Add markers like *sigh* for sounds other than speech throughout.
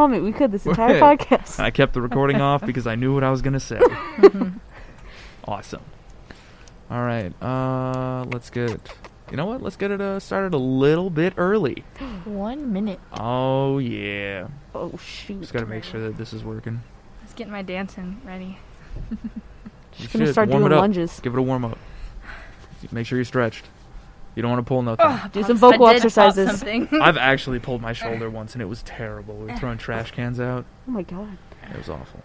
comment we could this entire Right. podcast. I kept the *laughs* recording off because I knew what I was going to say. Mm-hmm. awesome. All right. Uh, let's get. You know what? Let's get it uh, started a little bit early. *laughs* One minute. Oh yeah. Oh shoot! Just got to make sure that this is working. I was getting my dancing ready. You Just gonna should. start warm doing it up. lunges. Give it a warm up. Make sure you're stretched. You don't want to pull nothing. Do some vocal I did pop exercises. something. *laughs* I've actually pulled my shoulder once and it was terrible. We were throwing trash cans out. Oh my god! It was awful.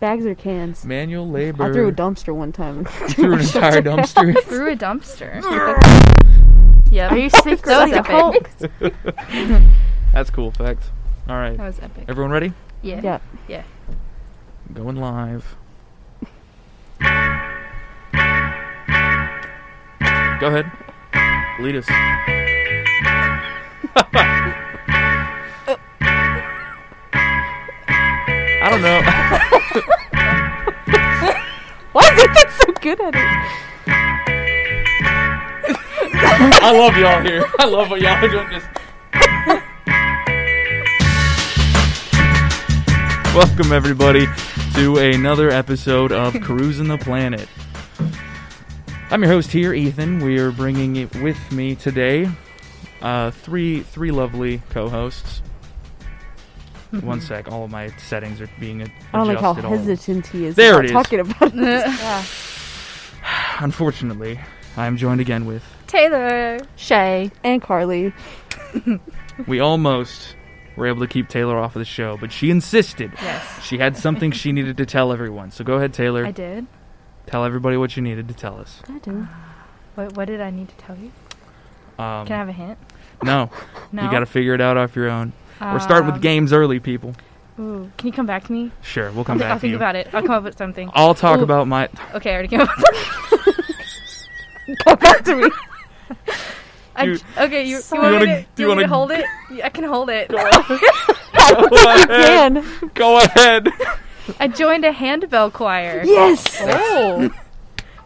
Bags or cans? Manual labor. I threw a dumpster one time. *laughs* threw an entire dumpster. Through a dumpster. yep. Are you sick *laughs* That or was like epic. a Hulk? That's cool fact. All right. *laughs* That was epic. Everyone ready? *laughs* Yeah. Yeah. Going live. Go ahead. Lead us. *laughs* I don't know. Why is it that's so good at it? *laughs* I love y'all here. I love what y'all are doing. Just *laughs* welcome everybody to another episode *laughs* of Cruising the Planet. I'm your host here, Ethan. We are bringing it with me today. Uh, three three lovely co-hosts. One sec, all of my settings are being ad- adjusted. I don't like how all- hesitant he is. There about it is. Talking about *laughs* it. Unfortunately, I'm joined again with Taylor. Shay and Carly. We almost were able to keep Taylor off of the show, but she insisted. Yes. She had something she needed to tell everyone. So go ahead, Taylor. I did. Tell everybody what you needed to tell us. I do. What, what did I need to tell you? Um, Can I have a hint? no, *laughs* No. you got to figure it out off your own. we're starting with Um, games early, people. Ooh, can you come back to me? Sure, we'll come I'll, back I'll to think you. about it. I'll come up *laughs* with something. I'll talk Ooh. about my. Okay, I already came up. Come back to me. *laughs* I, You- okay, you, you Sorry. want You me wanna- to, do do you you want me to wanna- hold it? Yeah, I can hold it. *laughs* go ahead. Again. Go ahead. I joined a handbell choir. *laughs* Yes. Oh.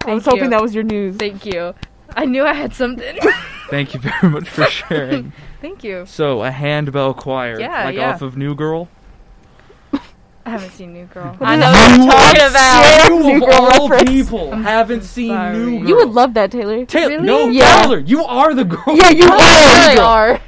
I was Thank hoping you. that was your news. Thank you. I knew I had something. *laughs* Thank you very much for sharing. Thank you. So, a handbell choir, Yeah, like yeah. off of New Girl. I haven't seen New Girl. I I know know what what you're you're talking talking about. about. New You Girl of all reference. people I'm haven't so seen sorry. New Girl. You would love that, Taylor. Taylor. Really? No, Yeah. Taylor, you are the girl. yeah, Oh, you New really Girl. are.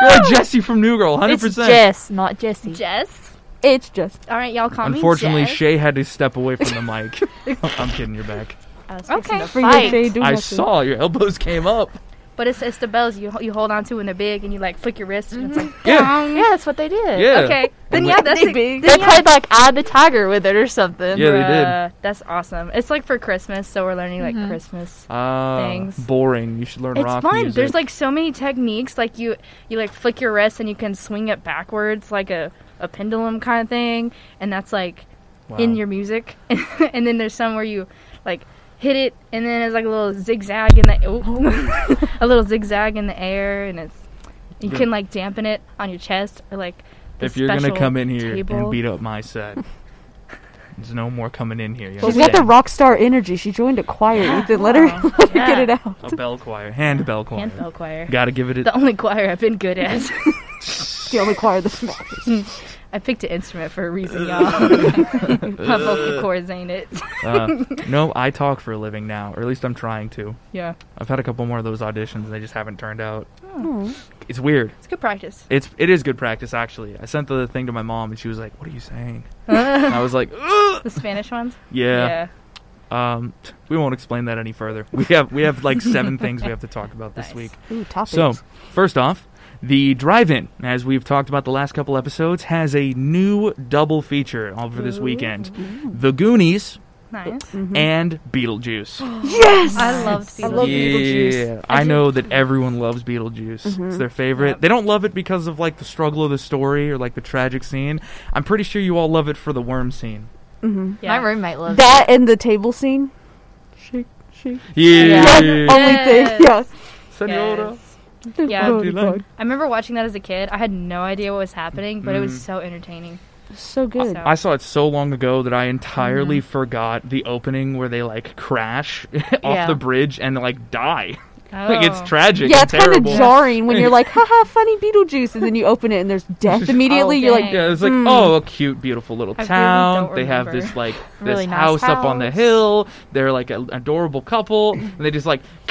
You're like Jesse from New Girl, hundred It's percent. Jess, not Jesse. Jess? It's just All right, y'all call Unfortunately, me Jess. Shay had to step away from *laughs* the mic. I'm kidding, you're back. I was Okay. fixing to for your fight. shade. do I nothing. saw your elbows came up. But it's, it's the bells you, ho- you hold on to in the big and you like flick your wrist and it's like, Yeah, Yeah, that's what they did. yeah. okay. Then They- yeah, that's Mm-hmm. they it. big. They Then, yeah, played like I the Tiger with it or something. Yeah, they did. Bruh, That's awesome. It's like for Christmas, so we're learning like Mm-hmm. Christmas. Ah, Thanks. boring. You should learn It's rock fun. music. There's like so many techniques. Like you, you like flick your wrist and you can swing it backwards, like a, a pendulum kind of thing. And that's like Wow. in your music. *laughs* and then there's some where you like hit it, and then it's like a little zigzag in the oh, *laughs* a little zigzag in the air, and it's you Good. can like dampen it on your chest or like. the If you're gonna special come in here and table. beat up my *laughs* set, there's no more coming in here. You She's got the understand? rock star energy. She joined a choir. Ethan, *laughs* let her, let her get Yeah. it out. a bell choir, hand bell choir. handbell choir, Gotta give it. A- the only choir I've been good at. *laughs* The only choir that matters. I picked an instrument for a reason, y'all. *laughs* *laughs* My vocal cords ain't it. *laughs* uh, no, I talk for a living now, or at least I'm trying to. yeah, I've had a couple more of those auditions, and they just haven't turned out. It's weird. it's good practice. It's it is good practice actually. I sent the thing to my mom, and she was like, "What are you saying?" and I was like, "Ugh." The Spanish ones. "Yeah." Um, we won't explain that any further. We have we have like seven things we have to talk about this Nice. week. Ooh, topics. So first off, the drive-in, as we've talked about the last couple episodes, has a new double feature over this weekend: Mm-hmm. The Goonies nice. and Beetlejuice. yes, I loved I love Beetlejuice. Beetlejuice. Yeah, I know that everyone loves Beetlejuice. It's their favorite. Yep. They don't love it because of like the struggle of the story or like the tragic scene. I'm pretty sure you all love it for the worm scene. Yeah. My roommate loves Mm-hmm. that and the table scene. Shake, shake. Yeah. *laughs* Only Yes. thing. Senora. Yes. Yeah. Yeah. Oh, God. I remember watching that as a kid. I had no idea what was happening, but it Mm. was so entertaining. So good. So- I saw it so long ago that I entirely forgot the opening where they like crash *laughs* off Yeah. the bridge and like die. *laughs* Like it's Oh. tragic. yeah, and it's kind of terrible. jarring when you're like, haha, funny Beetlejuice, and then you open it and there's death immediately. Oh, you're like, dang. Yeah, it's like Hmm. oh, a cute, beautiful little I really town. don't they have remember. this like this Really nice house, up on the house. hill. They're like an adorable couple, and they just like, *laughs*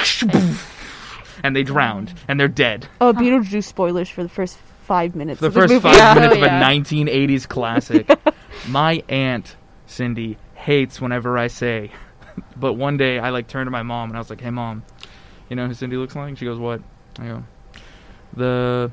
and they drowned, and they're dead. oh, Beetlejuice spoilers for the first five minutes. For of the first movie. five Yeah. minutes Oh, of a yeah. 1980s classic. *laughs* My aunt Cindy hates whenever I say, *laughs* but one day I like turned to my mom and I was like, "Hey, mom, you know who Cindy looks like?" She goes, "What?" I go, "The."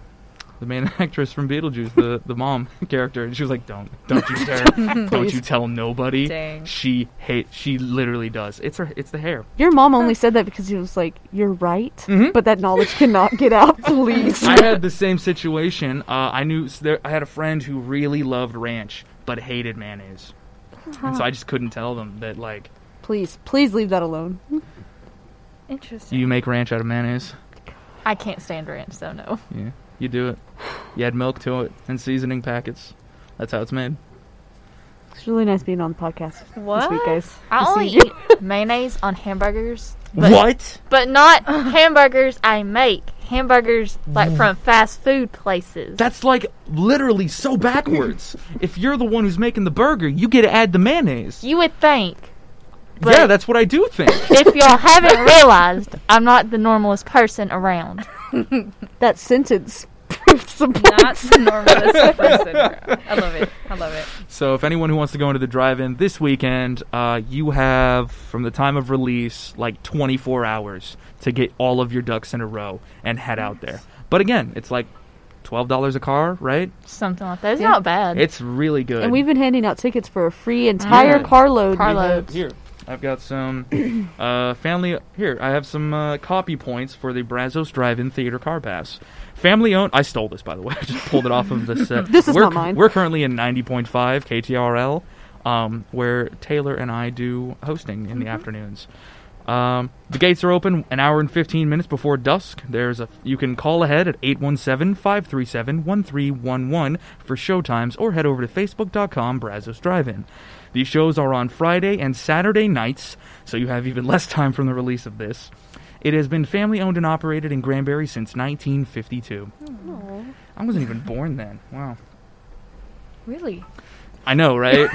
The main *laughs* actress from Beetlejuice, the, the mom *laughs* character, and she was like, "Don't, don't *laughs* you dare, don't Please. you tell nobody." Dang. She hate, she literally does. It's her, it's the hair. Your mom only said that because she was like, you're right, Mhm. but that knowledge cannot get *laughs* out, please. I had the same situation. Uh, I knew s- there, I had a friend who really loved ranch but hated mayonnaise, and so I just couldn't tell them that like please, please leave that alone. Interesting. you make ranch out of mayonnaise. I can't stand ranch, so *laughs* no. Yeah, you do it. You add milk to it and seasoning packets. That's how it's made. It's really nice being on the podcast this What? week, guys. I This only evening. eat mayonnaise on hamburgers. But, what? But not hamburgers I make. Hamburgers like from fast food places. That's like literally so backwards. if you're the one who's making the burger, you get to add the mayonnaise. you would think. Yeah, that's what I do think. *laughs* If y'all haven't realized, I'm not the normalest person around. That sentence *laughs* proves some point. Not *laughs* the normalest person. I love it. I love it. So, if anyone who wants to go into the drive-in this weekend, uh, you have from the time of release like 24 hours to get all of your ducks in a row and head out there. But again, it's like twelve dollars a car, right? Something like that. It's Yeah. not bad. It's really good. And we've been handing out tickets for a free entire Mm. Yeah. carload. Carload. I have- here, I've got some uh, family. Here, I have some uh, copy points for the Brazos Drive-In Theater Car Pass. Family owned. I stole this, by the way. *laughs* I just pulled it off *laughs* of the set. This is we're, not mine. We're currently in 90.5 KTRL, um, where Taylor and I do hosting in Mm-hmm. the afternoons. Um, the gates are open an hour and 15 minutes before dusk. There's a you can call ahead at 817-537-1311 for showtimes or head over to facebook.com Brazos Drive-In. These shows are on Friday and Saturday nights, so you have even less time from the release of this. It has been family owned and operated in Granbury since 1952. I wasn't even born then. Wow. Really? I know, right?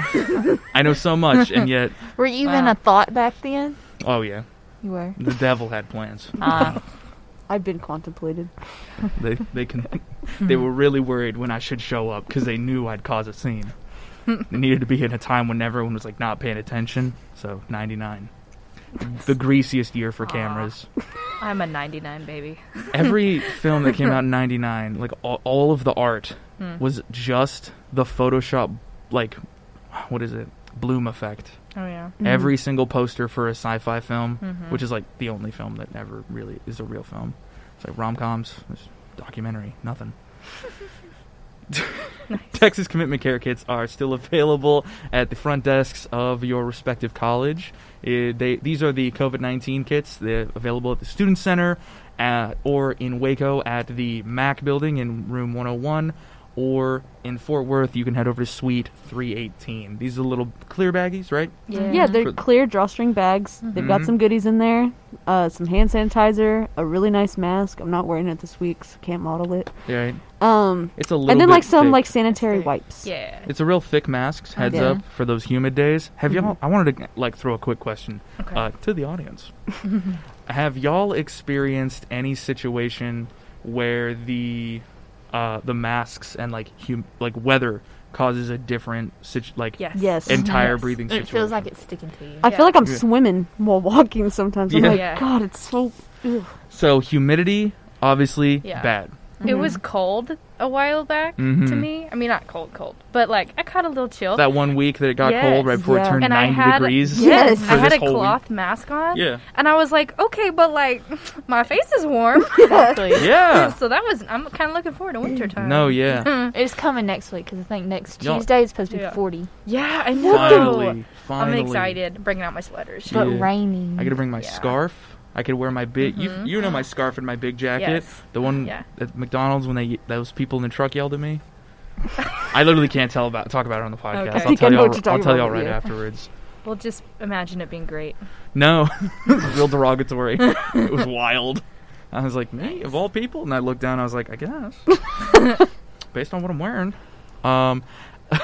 I know so much and yet Were you even Wow. a thought back then? oh yeah, You were. the devil had plans. Uh, I've been contemplated. They they can they were really worried when I should show up because they knew I'd cause a scene. It needed to be in a time when everyone was like not paying attention. So ninety nine, the greasiest year for Aw. cameras. *laughs* I'm a 99 baby. Every film that came out in ninety nine, like all, all of the art Hmm. was just the Photoshop, like what is it, bloom effect. Oh yeah. Mm-hmm. Mm. Every single poster for a sci fi film, Mhm. which is like the only film that never really is a real film. It's like rom coms, documentary, nothing. *laughs* Texas Commitment Care Kits are still available at the front desks of your respective college. Uh, they, these are the COVID 19 kits. They're available at the Student Center at, or in Waco at the MAC building in room 101. Or in Fort Worth, you can head over to Suite 318. These are little clear baggies, right? Yeah, Yeah. they're For- clear drawstring bags. They've got Mhm. some goodies in there, uh, some hand sanitizer, a really nice mask. I'm not wearing it this week, so can't model it. Yeah, Um, it's a little. and then bit like some thick. like sanitary Thick. wipes. Yeah. It's a real thick mask. Heads Okay. up for those humid days. Have y'all? I wanted to like throw a quick question Mm-hmm. Okay. uh, to the *laughs* audience. Have y'all experienced any situation where the uh, the masks and like hum- like weather causes a different situ- like yes. Yes. entire Yes. breathing it situation? feels like it's sticking to you. I Yeah. feel like I'm Yeah. swimming while walking sometimes. I'm Yeah. like, Yeah. God, it's so. Ugh. so humidity, obviously Yeah. bad. It was cold a while back to Mhm. me. I mean, not cold, cold, but like I caught a little chill. That one week that it got Oh. Yes. cold right before it Yeah. turned and I ninety had degrees. Yes. yes, for I had this a whole week. cloth mask on. Yeah. And I was like, okay, but like *sighs* my face *laughs* is warm. Exactly. Yeah. so that was I'm kind of looking forward to winter time. No. Yeah. *laughs* It's coming next week because I think next Y'all- Tuesday it's supposed to be Yeah. 40, Yeah, I know. Finally. Finally. I'm excited. Bringing out my sweaters. but Yeah. raining. I gotta bring my Yeah. scarf. I could wear my big. Mhm. You you know my scarf and my big jacket. Yes. The one Yeah. at McDonald's when they those people in the truck yelled at me. I literally can't tell about talk about it on the podcast. Okay. I I'll think I tell know y'all. what you're I'll talking tell y'all about, right yeah. afterwards. *laughs* We'll just imagine it being great. *laughs* No, real derogatory. it was wild. I was like, me of all people, and I looked down. I was like, I guess, based on what I'm wearing. Um, *laughs* I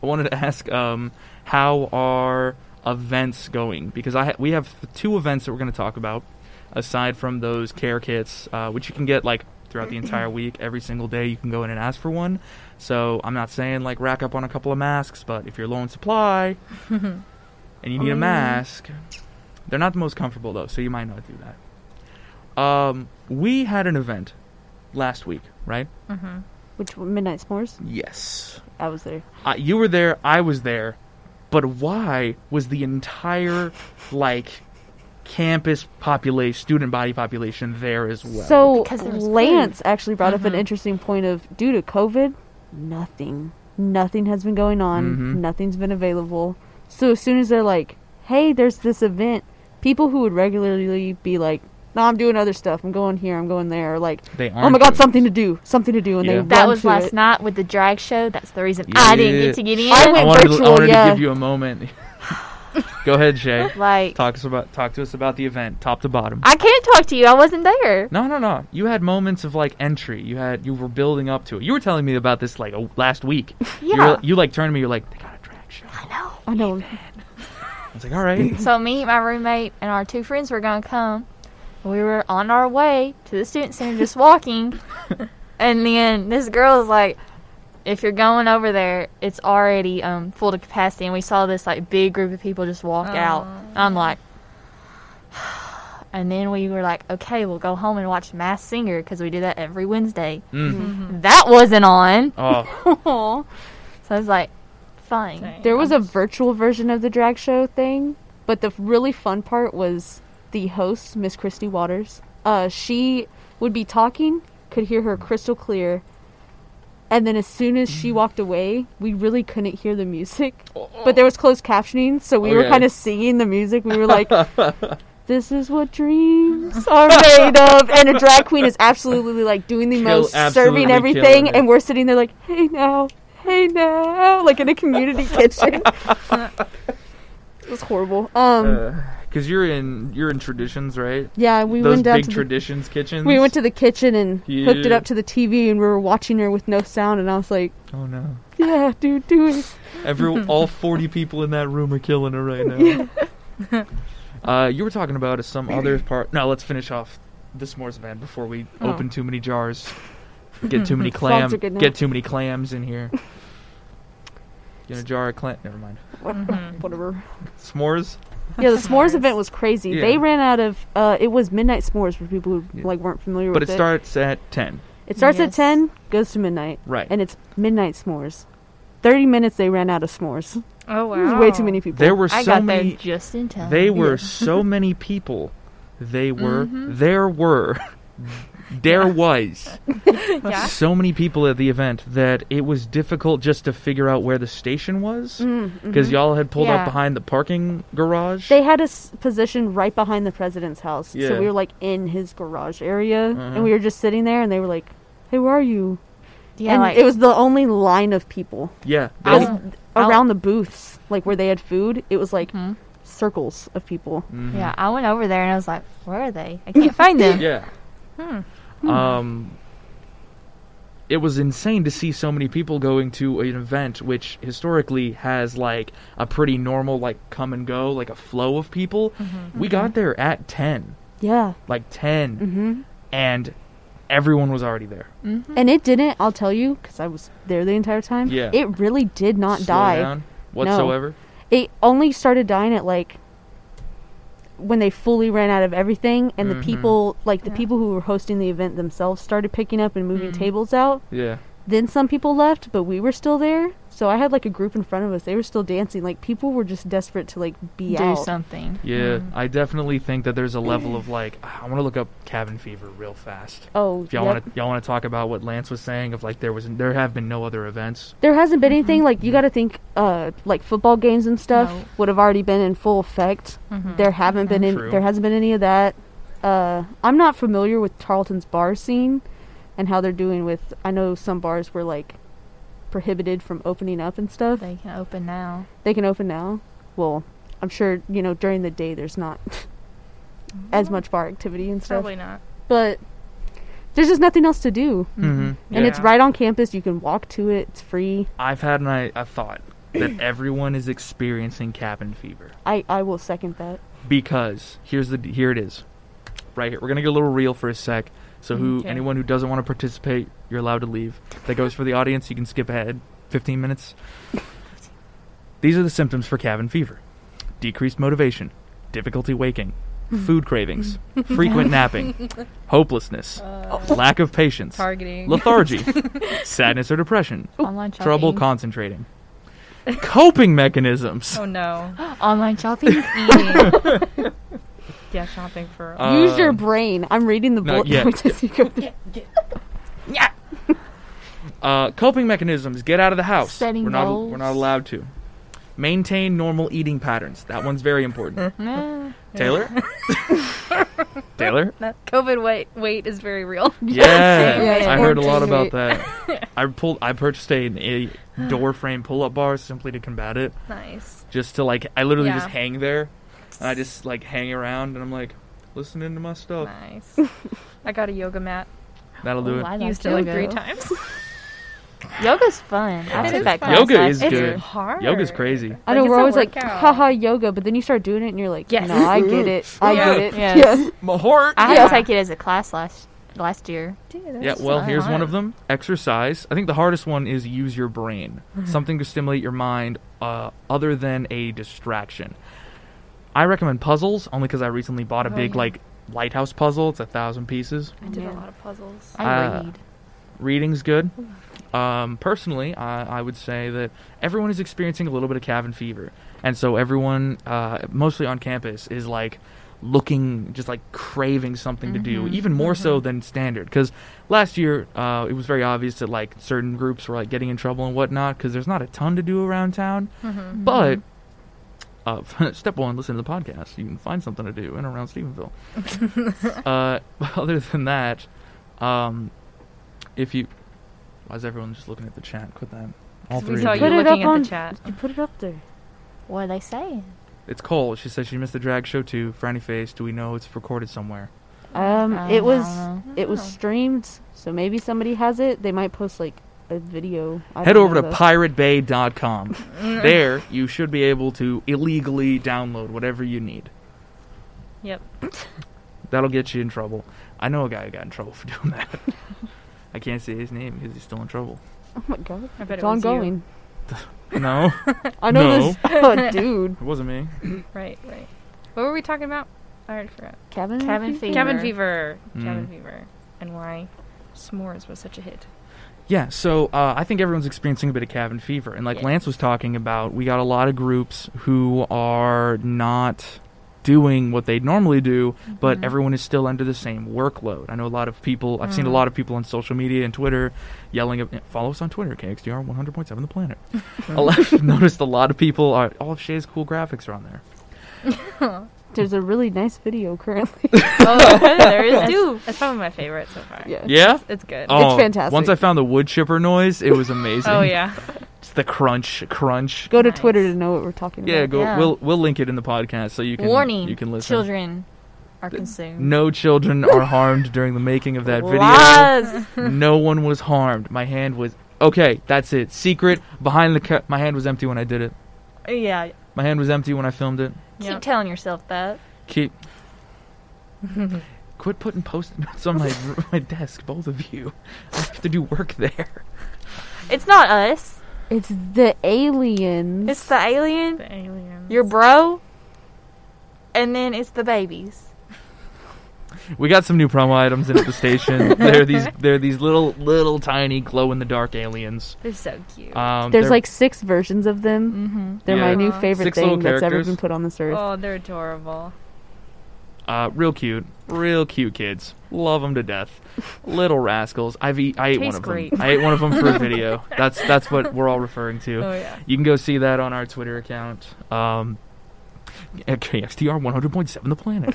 wanted to ask, um, how are events going? Because I ha- we have two events that we're going to talk about, aside from those care kits, uh, which you can get like throughout the entire week, every single day. You can go in and ask for one. So I'm not saying like rack up on a couple of masks, but if you're low in supply and you need a Um. mask, they're not the most comfortable though, so you might not do that. Um, we had an event last week, right? Mm-hmm. Which midnight s'mores? Yes. I was there. I, you were there, I was there, but why was the entire like campus population, student body population there as well? so Because there was food. Lance actually brought up an Uh-huh. Mhm. interesting point of due to COVID, nothing, nothing has been going on. Mhm. Nothing's been available. So as soon as they're like, "Hey, there's this event," people who would regularly be like, "No, I'm doing other stuff. I'm going here. I'm going there," or like, they "Oh aren't my God, doing- something to do, something to do," and Yeah. they That run was to last it. night with the drag show. That's the reason I didn't get to get in. I I went wanted, to- I virtual, wanted to yeah. give you a moment. Go ahead, *laughs* Shay. like Talk us about talk to us about the event, top to bottom. I can't talk to you. I wasn't there. No, no, no. You had moments of like entry. You had you were building up to it. You were telling me about this like a, last *laughs* week. You, Yeah. were, you like turned to me. You're like, they got a drag show. I I *laughs* know. was like, all *laughs* right. So me, my roommate, and our two friends were gonna come. We were on our way to the student center, just walking, and then this girl was like, "If you're going over there, it's already um, full to capacity." And we saw this like big group of people just walk out. And I'm like, *sighs* and then we were like, "Okay, we'll go home and watch Mass Singer because we do that every Wednesday." Mm-hmm. Mm. That wasn't on, Oh, so I was like, "Fine." There was a virtual version of the drag show thing, but the really fun part was the host, Miss Christy Waters. Uh, she would be talking, could hear her crystal clear, and then as soon as she walked away, we really couldn't hear the music. But there was closed captioning, so we were Okay. kind of singing the music. We were *laughs* like, "This is what dreams are made of," and a drag queen is absolutely like doing the Kill- most, absolutely serving killing everything, it. and we're sitting there like, "Hey now." Hey now, like in a *laughs* community kitchen. It was horrible. Um, Uh, because you're in you're in traditions, right? yeah, we Those went down big to the, traditions kitchens. we went to the kitchen and hooked it Yeah. up to the TV, and we were watching her with no sound, and I was like, Oh no! "Yeah, dude, do it." *laughs* Every all forty people in that room are killing her right now. *laughs* uh, you were talking about some *clears throat* other part. No, let's finish off this Moore's event before we Oh. open too many jars, get *laughs* too many Frogs are clams, good now. get too many clams *laughs* in here. Get a jar of clam. Never mind. Mm-hmm. *laughs* Whatever. S'mores. Yeah, the s'mores event was crazy. Yeah. They ran out of. Uh, it was midnight s'mores for people who Yeah. like weren't familiar But with it it. starts at ten. it starts at Yes. ten, goes to midnight, Right. and it's midnight s'mores. Thirty minutes they ran out of s'mores. Oh It was wow. way too many people. there were I so got many. there just in time. They were so many people. They were. Mhm. There were. There was Yeah. so many people at the event that it was difficult just to figure out where the station was Mm, mm-hmm. mhm. because y'all had pulled Yeah. up behind the parking garage. They had us positioned right behind the president's house. Yeah. So we were like in his garage area Uh-huh. and we were just sitting there and they were like, Hey, where are you? yeah, and like, it was the only line of people yeah, I they- was- I'll- around the booths, like where they had food. It was like Mhm. circles of people. Mhm. Yeah, I went over there and I was like, "Where are they? I can't *laughs* find them." Yeah. Hmm. Um, it was insane to see so many people going to an event which historically has like a pretty normal like come and go, like a flow of people. Mm-hmm. We got there at ten, Yeah. like 10 hmm and everyone was already there. And it didn't, I'll tell you, because I was there the entire time. Yeah. It really did not Slow die. down whatsoever. It only started dying at like when they fully ran out of everything and Mhm. the people like the Yeah. people who were hosting the event themselves started picking up and moving Mm-hmm. tables out Yeah. then some people left but we were still there so i had like a group in front of us they were still dancing like people were just desperate to like be Do out something. Yeah, Mm-hmm. I definitely think that there's a *clears throat* level of like ah, I want to look up cabin fever real fast. oh If y'all yep. want to y'all want to talk about what Lance was saying of like there was there have been no other events. there hasn't Mm-hmm. been anything like you gotta think uh like football games and stuff No. would have already been in full effect there haven't been any, True. there hasn't been any of that uh i'm not familiar with tarleton's bar scene and how they're doing with i know some bars were like prohibited from opening up and stuff They can open now. they can open now. Well, I'm sure you know during the day there's not *laughs* as much bar activity and stuff. Probably not. but there's just nothing else to do. Mm-hmm. And it's right on campus. You can walk to it. It's free. I've had an, I, a thought that everyone is experiencing cabin fever I, I will second that. because here's the here it is, right here. We're gonna get a little real for a sec. So who Okay. anyone who doesn't want to participate, you're allowed to leave. That goes for the audience. You can skip ahead 15 minutes. These are the symptoms for cabin fever: decreased motivation, difficulty waking, food *laughs* cravings, frequent napping, hopelessness, lack of patience, Uh, Targeting. *laughs* lethargy, sadness or depression, Online shopping. trouble concentrating. *laughs* Coping mechanisms. Oh no. Online shopping. *laughs* Eating. yeah, shopping for. Uh, Use your brain. I'm reading the *laughs* no, bullet yeah. points as you go through. Uh, coping mechanisms. Get out of the house. Setting we're not, goals. We're not allowed to. Maintain normal eating patterns. That one's very important. Nah. Taylor? Taylor? That COVID weight weight is very real. *laughs* Yeah. Yeah, I heard a yeah. lot about that. I pulled. I purchased a, a door frame pull-up bar simply to combat it. Nice. Just to like, I literally Yeah. just hang there. And I just like hang around, and I'm like listening to my stuff. Nice. I got a yoga mat. That'll do Oh, it. I Used it yoga. like three *laughs* times. Yoga's fun. I It took is fun. that class Yoga last is year. it's good. hard. Yoga's crazy. I know Like, it's we're a always like, workout. haha, yoga, but then you start doing it and you're like, Yes. no, I get *laughs* it. I Yeah. get it. Yes. Yeah. My heart. I had Yeah. to take it as a class last last year. Dude, that's Yeah, so well, here's one hard. of them. Exercise. I think the hardest one is use your brain. Mm-hmm. Something to stimulate your mind uh, other than a distraction. I recommend puzzles only because I recently bought a Oh, big, yeah. like, lighthouse puzzle. It's a thousand pieces. I did Yeah. a lot of puzzles. I Uh, read. Reading's good. Um, personally, I, I would say that everyone is experiencing a little bit of cabin fever. And so everyone, uh, mostly on campus, is like looking, just like craving something to do, even more so than standard. Because last year, uh, it was very obvious that like certain groups were like getting in trouble and whatnot because there's not a ton to do around town. Mhm. But Mm-hmm. uh, *laughs* step one, listen to the podcast. You can find something to do in and around Stephenville. *laughs* uh, *laughs* other than that, um, if you, why is everyone just looking at the chat? Quit that. All 'Cause three. we saw of you you. Put it up looking at on- the chat. You put it up there. What are they saying? It's Cole. She says she missed the drag show too. Frowny face. Do we know it's recorded somewhere? Um, Uh, I it don't was know. it was streamed, so maybe somebody has it. They might post like a video. I Head don't over to know, though. *laughs* piratebay.com. there, you should be able to illegally download whatever you need. Yep. That'll get you in trouble. I know a guy who got in trouble for *laughs* doing that. I can't say his name because he's still in trouble. Oh my god, I bet it's it was you. ongoing. *laughs* No, I know No. this *laughs* oh, dude. it wasn't me. Right, right. What were we talking about? I already forgot. Cabin Cabin fever. Cabin fever. Mm. Cabin fever. And why s'mores was such a hit. Yeah, so uh, I think everyone's experiencing a bit of cabin fever, and like Yeah. Lance was talking about, we got a lot of groups who are not doing what they normally do, Mm-hmm. Mm-hmm. but everyone is still under the same workload. I know a lot of people. I've seen a Mm. lot of people on social media and Twitter yelling. At, follow us on Twitter, KXDR one hundred point seven, the *laughs* planet. A lot- I've noticed a lot of people are. All of Shay's cool graphics are on there. There's a really nice video *laughs* currently. Oh, *laughs* *laughs* there is that's, two. that's probably my favorite so far. yeah. Yeah. It's good. Oh, fantastic. Once I found the wood chipper noise, it *laughs* was amazing. oh yeah. It's the crunch, crunch. Go to Nice. Twitter to know what we're talking Yeah, about. go. Yeah. We'll we'll link it in the podcast so you can Warning: You can listen. Children are consumed. No children are harmed during the making of *laughs* that video. Lies. *laughs* No one was harmed. My hand was okay. That's it. Secret behind the. Ca- my hand was empty when I did it. yeah. My hand was empty when I filmed it. Keep Yep. telling yourself that. *laughs* Keep. Quit putting *laughs* post-it notes on my my desk, both of you. I have to do work there. It's not us. It's the aliens. It's the alien, The aliens. your bro, and then it's the babies. We got some new promo items in at the station. they're these they're these little little tiny glow in the dark aliens. They're so cute. Um, There's they're- like six versions of them. Mm-hmm. They're Yeah. my new Aw. favorite Six little thing that's ever characters. been put on this earth. oh, they're adorable. Uh, real cute, real cute kids. Love them to *laughs* death. Little rascals. I've eat, I ate one Tastes of great. them. I ate one of them for a *laughs* video. That's that's what we're all referring Oh to. yeah. You can go see that on our Twitter account. Um, at KXTR 100.7 The *laughs* Planet.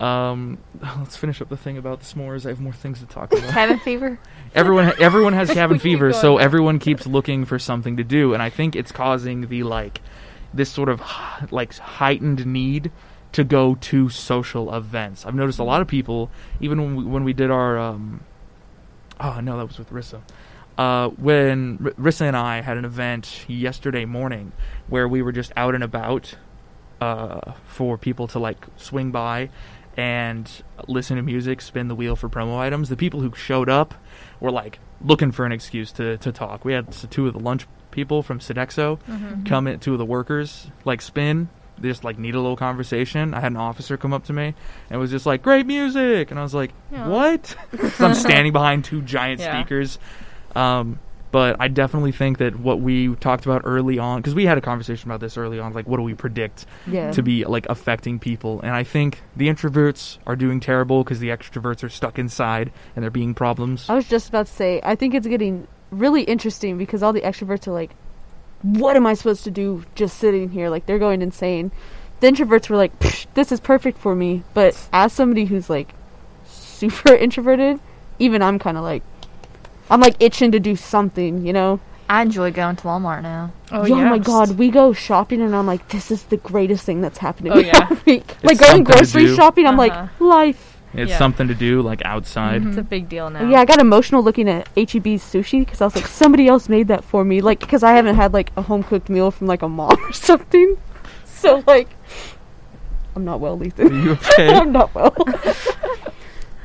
um, *laughs* let's finish up the thing about the s'mores. I have more things to talk about. Cabin fever. everyone everyone has cabin We keep fever, so going. everyone keeps looking for something to do, and I think it's causing the like this sort of like heightened need to go to social events. I've noticed a lot of people, even when we, when we did our, um, oh no, that was with Rissa. Uh, when R- Rissa and I had an event yesterday morning where we were just out and about uh, for people to like swing by and listen to music, spin the wheel for promo items. The people who showed up were like looking for an excuse to, to talk. We had s- two of the lunch people from Sodexo Mm-hmm. come in, two of the workers, like spin. They just like need a little conversation. I had an officer come up to me and was just like, "Great music," and I was like, Aw. "What?" 'Cause I'm standing behind two giant Yeah. speakers. Um, but I definitely think that what we talked about early on, because we had a conversation about this early on, like what do we predict Yeah. to be like affecting people. And I think the introverts are doing terrible because the extroverts are stuck inside and they're being problems. I was just about to say, I think it's getting really interesting because all the extroverts are like, what am I supposed to do just sitting here? Like, they're going insane. The introverts were like, "Psh, this is perfect for me. But as somebody who's like super *laughs* introverted, even I'm kind of like, I'm like itching to do something, you know? I enjoy going to Walmart now. Oh, my yes. god, we go shopping and I'm like, this is the greatest thing that's happened to Oh, me yeah. all week. *laughs* like something going to grocery do. shopping, I'm Uh-huh. like, life. It's Yeah. something to do like outside. Mm-hmm. It's a big deal now. Yeah, I got emotional looking at HEB's sushi because I was like, somebody else made that for me. Like, because I haven't had like a home cooked meal from like a mom or *laughs* something. So like, I'm not well, Are Ethan. you *laughs* okay? I'm not well. *laughs* but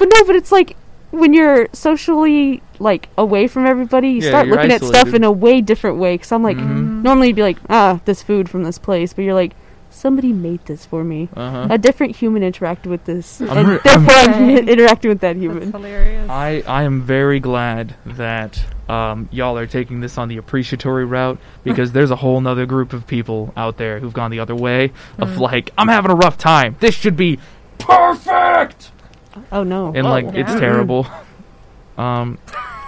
no, but it's like when you're socially like away from everybody, you Yeah, start you're looking at stuff isolated. in a way different way. Because I'm like, mm. Mhm. normally you'd be like, ah, this food from this place, but you're like, somebody made this for me. Uh-huh. A different human interacted with this, I'm and re- I'm- therefore I'm *laughs* Okay. interacting with that That's human. hilarious. I, I am very glad that um, y'all are taking this on the *laughs* appreciatory route because there's a whole nother group of people out there who've gone the other way of Mm-hmm. Mm. like, I'm having a rough time. This should be perfect. Oh no. And like, it's yeah. terrible. um,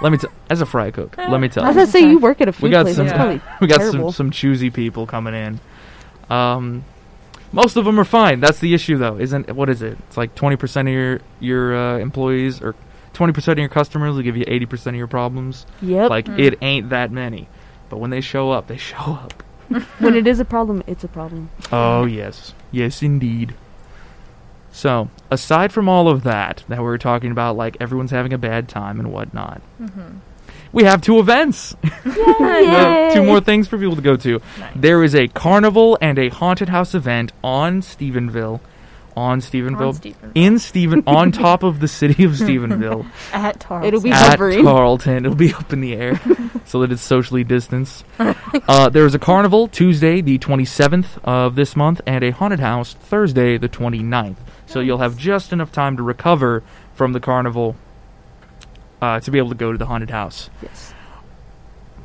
let me, t- as a fry cook, let *laughs* me tell I you. was gonna say you work at a food we got place. some It's Yeah. probably *laughs* we got some, terrible. some choosy people coming in. Um, most of them are fine. That's the issue, though. Isn't what is it? It's like twenty percent of your your uh, employees or twenty percent of your customers will give you eighty percent of your problems. yep. Mm-hmm. Like Mm. it ain't that many, but when they show up, they *laughs* show up. when it is a problem, it's a *laughs* problem. Oh yes, yes indeed. So aside from all of that, that we were talking about, like everyone's having a bad time and whatnot, Mhm. we have two events. Uh, two more things for people to go to. Nice. There is a carnival and a haunted house event on Stephenville, on Stephenville, On Stephen. in Stephen, on *laughs* top of the city of Stephenville At Target. It'll be at hovering. Tarleton. It'll be up in the *laughs* air so that it's socially distanced. Uh, there is a carnival Tuesday, the 27th of this month, and a haunted house Thursday, the 29th. So you'll have just enough time to recover from the carnival uh, to be able to go to the haunted house. Yes.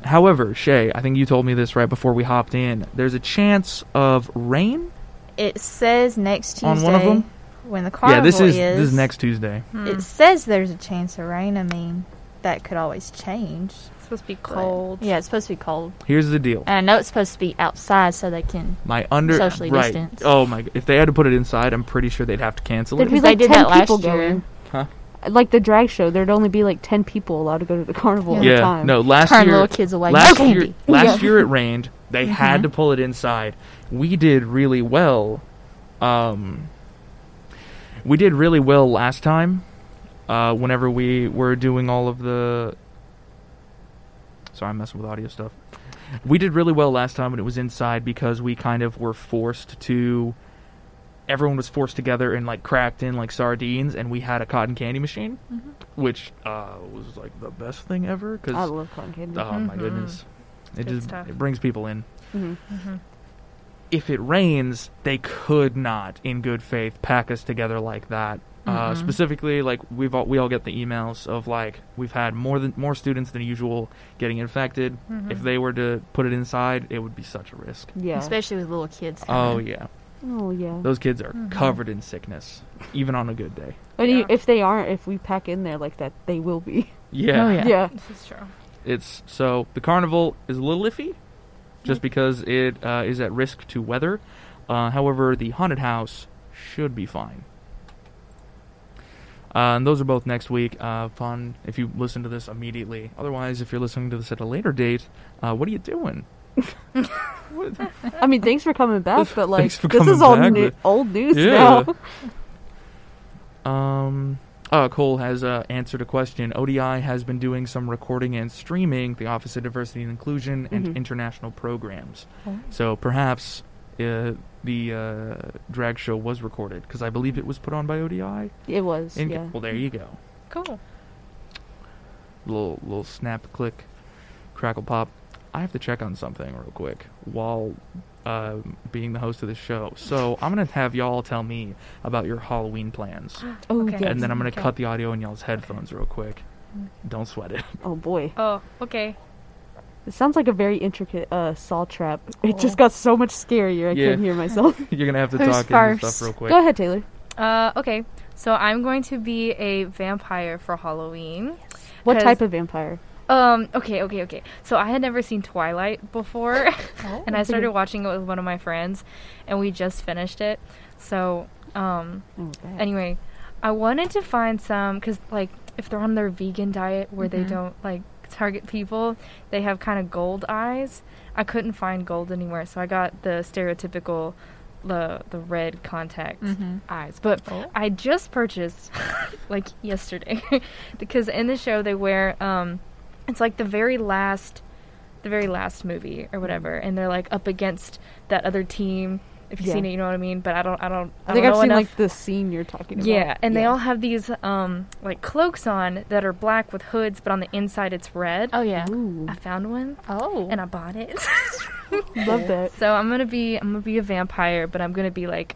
However, Shay, I think you told me this right before we hopped in. There's a chance of rain. It says next Tuesday. On one of them? When the yeah, carnival this is, is Mm. this is next Tuesday. Mm-hmm. It says there's a chance of rain. I mean, that could always change. It's supposed to be but- cold. Yeah, it's supposed to be cold, Here's the deal. and I know it's supposed to be outside so they can. My under Socially right. distanced. Oh my! g- If they had to put it inside, I'm pretty sure they'd have to cancel There'd it. be They like did ten that last people year. going. Huh? Like the drag show, there'd only be like ten people allowed to go to the carnival at a Yeah. time. No. Last turn year, little kids away. last no year, candy. last year it rained. They had to pull it inside. We did really well. Um, we did really well last time. Uh, whenever we were doing all of the, sorry, I'm messing with audio stuff. We did really well last time when it was inside because we kind of were forced to. Everyone was forced together and like cracked in like sardines, and we had a cotton candy machine, which uh, was like the best thing ever. Cause I love cotton candy. Oh my Mhm. Mm-hmm. goodness. It Good just stuff. it brings people in. Mhm. If it rains, they could not in good faith pack us together like that. Uh, Mhm. specifically like we've all, we all get the emails of like we've had more than more students than usual getting infected. Mm-hmm. Mm-hmm. If they were to put it inside, it would be such a risk. Yeah. especially with little kids. Oh coming. yeah. oh yeah. Those kids are Mm-hmm. Mhm. covered in sickness even on a good day. But you- Yeah. if they aren't, if we pack in there like that, they will be. Yeah. Oh, yeah. *laughs* Yeah. This is true. It's so the carnival is a little iffy, just because it uh, is at risk to weather. Uh, however, the haunted house should be fine. Uh, and those are both next week. Uh, upon if you listen to this immediately. Otherwise, if you're listening to this at a later date, uh, what are you doing? What? I mean, thanks for coming back, *laughs* but like Thanks for this is coming all back, new, but- old *laughs* news Yeah. now. Um. Uh, Cole has uh, answered a question. ODI has been doing some recording and streaming the Office of Diversity and Inclusion and Mhm. international programs. Oh. So perhaps uh, the uh, drag show was recorded because I believe it was put on by ODI. It was, In- yeah. Well, there you go. Cool. Little little snap, click, crackle, pop. I have to check on something real quick while uh, being the host of this show. So I'm gonna have y'all tell me about your Halloween plans. Oh Okay. yes. and then I'm gonna Okay. Mm. cut the audio in y'all's headphones real quick. Don't sweat it. *laughs* oh boy, Oh, okay. it sounds like a very intricate uh, saw trap. It just got so much scarier. I Yeah. couldn't hear myself. You're gonna have to Who's talk into first? stuff real quick. Go ahead, Taylor. Uh, okay. So I'm going to be a vampire for Halloween. What 'Cause- type of vampire? Um, okay, okay, okay. So I had never seen Twilight before, *laughs* and I started Mhm. watching it with one of my friends, and we just finished it. So, um, Oh, bad. anyway, I wanted to find some because, like, if they're on their vegan diet where Mhm. they don't like target people, they have kind of gold eyes. I couldn't find gold anywhere, so I got the stereotypical, the the red contact Mhm. eyes. But Oh. I just purchased, *laughs* like yesterday, *laughs* because in the show they wear, um, it's like the very last, the very last movie or whatever, and they're like up against that other team. If you've Yeah. seen it, you know what I mean. But I don't, I don't, I, I think don't I've know seen enough. like the scene you're talking about. Yeah, and they all have these um like cloaks on that are black with hoods, but on the inside it's red. Oh yeah. Ooh, I found one Oh. and I bought it. *laughs* love that. so I'm gonna be I'm gonna be a vampire, but I'm gonna be like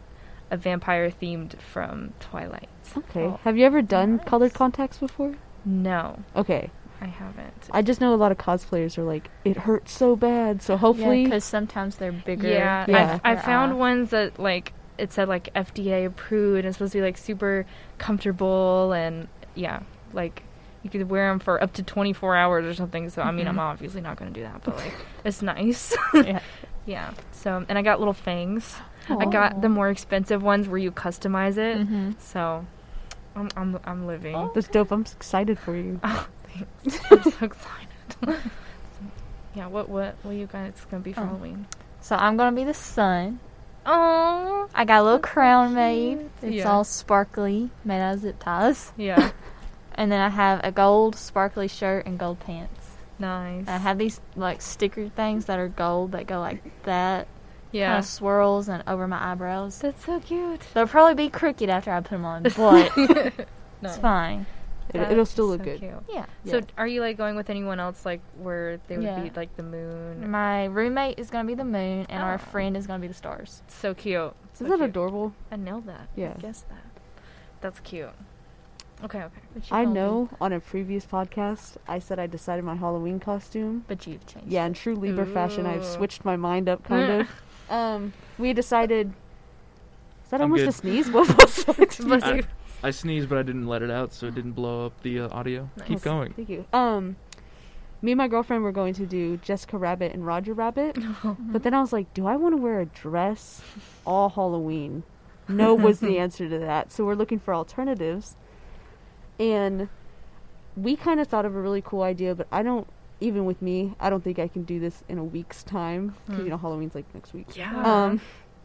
a vampire themed from Twilight. Okay. Oh, have you ever done nice. colored contacts before? No, Okay. I haven't. I just know a lot of cosplayers are like, it hurts so bad. So hopefully, because sometimes they're bigger. Yeah, Yeah. I, I Their found eye. ones that like it said like FDA approved and it's supposed to be like super comfortable and yeah, like you could wear them for up to 24 hours or something. So I mean, I'm Mhm. obviously not going to do that, but *laughs* like it's nice. Yeah. *laughs* yeah. So and I got little fangs. I Aw. got the more expensive ones where you customize it. Mhm. So I'm I'm I'm living. Oh. that's dope. I'm s- excited for you. Oh, thanks. *laughs* I'm so *laughs* excited. yeah. What what what you guys gonna be for Oh. Halloween? So I'm gonna be the sun. Oh. I got a little That's so crown cute. made. It's Yeah. all sparkly, made out of zip ties. *laughs* Yeah. And then I have a gold sparkly shirt and gold pants. Nice. I have these like sticker things that are gold that go like that, kind yeah. of swirls and over my eyebrows. That's so cute. They'll probably be crooked after I put them *laughs* on, but No. it's fine. It, That it'll is still so look good. cute. Yeah. So, Yeah. are you like going with anyone else, like where they would Yeah. be like the moon? My roommate is gonna be the moon, and Oh. our friend is gonna be the stars. so cute. So Isn't that cute. adorable? I nailed that. Yeah. I guess that. That's cute. Okay, okay. What you I gonna be? know on a previous podcast, I said I decided my Halloween costume. but you've changed. Yeah, in true Libra fashion, I've Ooh. switched my mind up, kind of. *laughs* Um, we decided. Is that I'm almost good. a sneeze? *laughs* What was *laughs* that? Bless I- you. I sneezed, but I didn't let it out, so it didn't blow up the uh, audio. Keep Nice. going. Thank you. Um, me and my girlfriend were going to do Jessica Rabbit and Roger *laughs* Rabbit, but then I was like, do I want to wear a dress all Halloween? No was *laughs* the answer to that. So we're looking for alternatives, and we kind of thought of a really cool idea, but I don't. Even with me, I don't think I can do this in a week's time. 'cause, Hmm. You know, Halloween's like next week. Yeah. Um,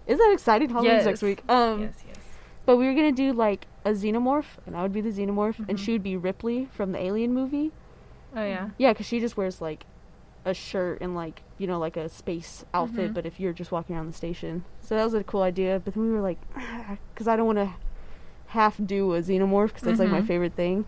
is that exciting? Halloween's next Yes. week. Um, yes, yes. but we were gonna do like a xenomorph, and I would be the xenomorph, and Mhm. she would be Ripley from the Alien movie. Oh yeah. Yeah, because she just wears like a shirt and like you know like a space outfit. Mhm. But if you're just walking around the station, so that was a cool idea. But then we were like, *sighs* because I don't want to half do a xenomorph because that's like my Mhm. favorite thing.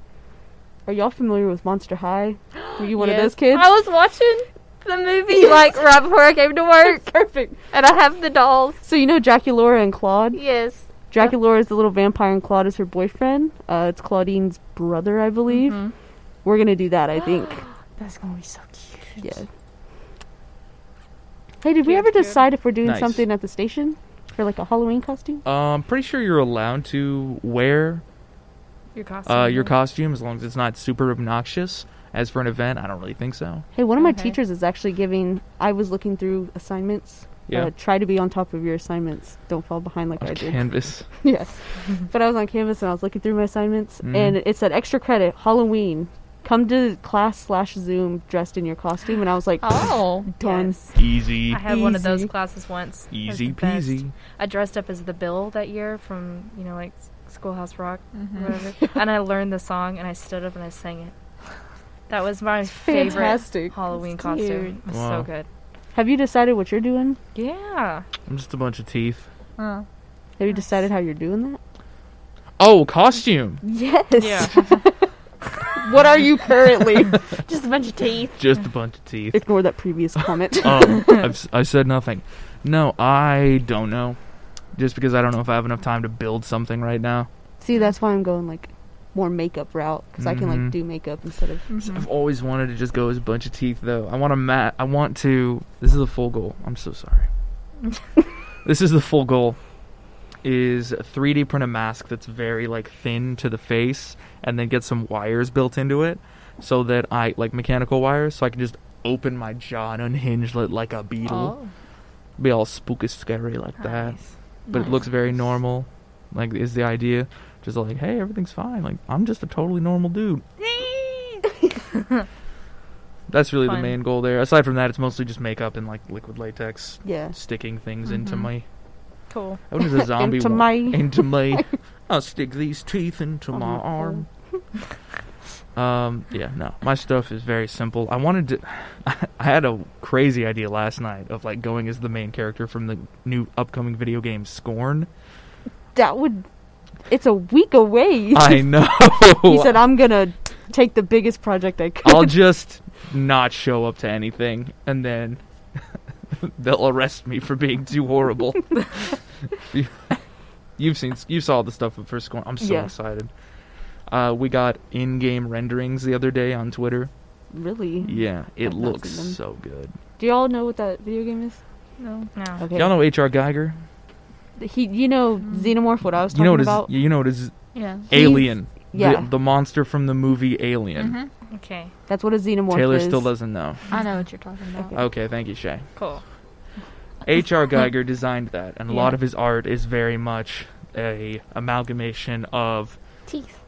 Are y'all familiar with Monster High? Were *gasps* you one Yes. of those kids? I was watching the movie *laughs* like right before I came to work, Perfect. *laughs* and I have the dolls. So you know Draculaura and Claude. Yes. Draculaura is the little vampire, and Claude is her boyfriend. Uh, it's Claudine's brother, I believe. Mhm. We're gonna do that, I *gasps* think. *gasps* That's gonna be so cute. yeah. Hey, did we Cute, ever cute. decide if we're doing Nice. something at the station for like a Halloween costume? Um, pretty sure you're allowed to wear Your costume. uh, your costume as long as it's not super obnoxious. As for an event, I don't really think so. Hey, one of my Okay. teachers is actually giving. I was looking through assignments. Yeah. Uh, try to be on top of your assignments. Don't fall behind like I On *laughs* did. canvas. yes. but I was on Canvas and I was looking through my assignments, Mhm. and it said extra credit Halloween, come to class slash Zoom dressed in your costume, and I was like, Oh. done. Yes. Easy. I had one of those Easy. classes once. It was Easy the best. peasy. I dressed up as the Bill that year from you know like S- Schoolhouse Rock, Mm. or Mm-hmm. whatever, and I learned the song and I stood up and I sang it. That was my Fantastic. favorite Halloween That's costume. cute. It was Wow. so good. Have you decided what you're doing? Yeah. I'm just a bunch of teeth. Uh, Have you decided how you're doing that? Oh, costume. Yes. Yeah. what are you currently? *laughs* just a bunch of teeth. Just a bunch of teeth. *laughs* Ignore that previous comment. um, I've, s- I said nothing. No, I don't know. Just because I don't know if I have enough time to build something right now. See, that's why I'm going like more makeup route because I can Mhm. like do makeup instead of Mm-hmm. I've always wanted to just go as a bunch of teeth, though. I want to mat. I want to. This is the full goal. I'm so sorry. this is the full goal. Is 3D print a mask that's very like thin to the face, and then get some wires built into it, so that I like mechanical wires, so I can just open my jaw and unhinge it like a beetle, Oh. be all spooky, scary like that. Nice. but it looks very normal. Like is the idea just like, hey, everything's fine. Like I'm just a totally normal dude. That's really the Fun. main goal there. Aside from that, it's mostly just makeup and like liquid latex yeah. sticking things into Mhm. my. Cool. I went as a zombie. Mm-hmm. Into one- my- *laughs* Into *laughs* my. I'll stick these teeth into On my your arm. *laughs* um. Yeah. No. My stuff is very simple. I wanted to. *laughs* I had a crazy idea last night of like going as the main character from the new upcoming video game *laughs* Scorn. That would. It's a week away. *laughs* I know. he said, "I'm gonna take the biggest project I could." I'll just not show up to anything, and then *laughs* they'll arrest me for being *laughs* too horrible. You- You've seen, you saw the stuff for Scorn. I'm so Yeah. excited. Uh, we got in-game renderings the other day on Twitter. really? Yeah, it I've not looks seen them. so good. Do y'all know what that video game is? No. No. Okay. Y'all know H.R. Geiger? He, you know, Xenomorph. What I was You talking know what is? about. You know what is? Yeah. Alien. yeah. Mm-hmm. The, the monster from the movie Alien. Mhm. Okay. That's what a Xenomorph Taylor is. still doesn't know. I know what you're talking about. Okay, thank you, Shay. Cool. H.R. Geiger designed that, and a lot Yeah. of his art is very much a amalgamation of Teeth.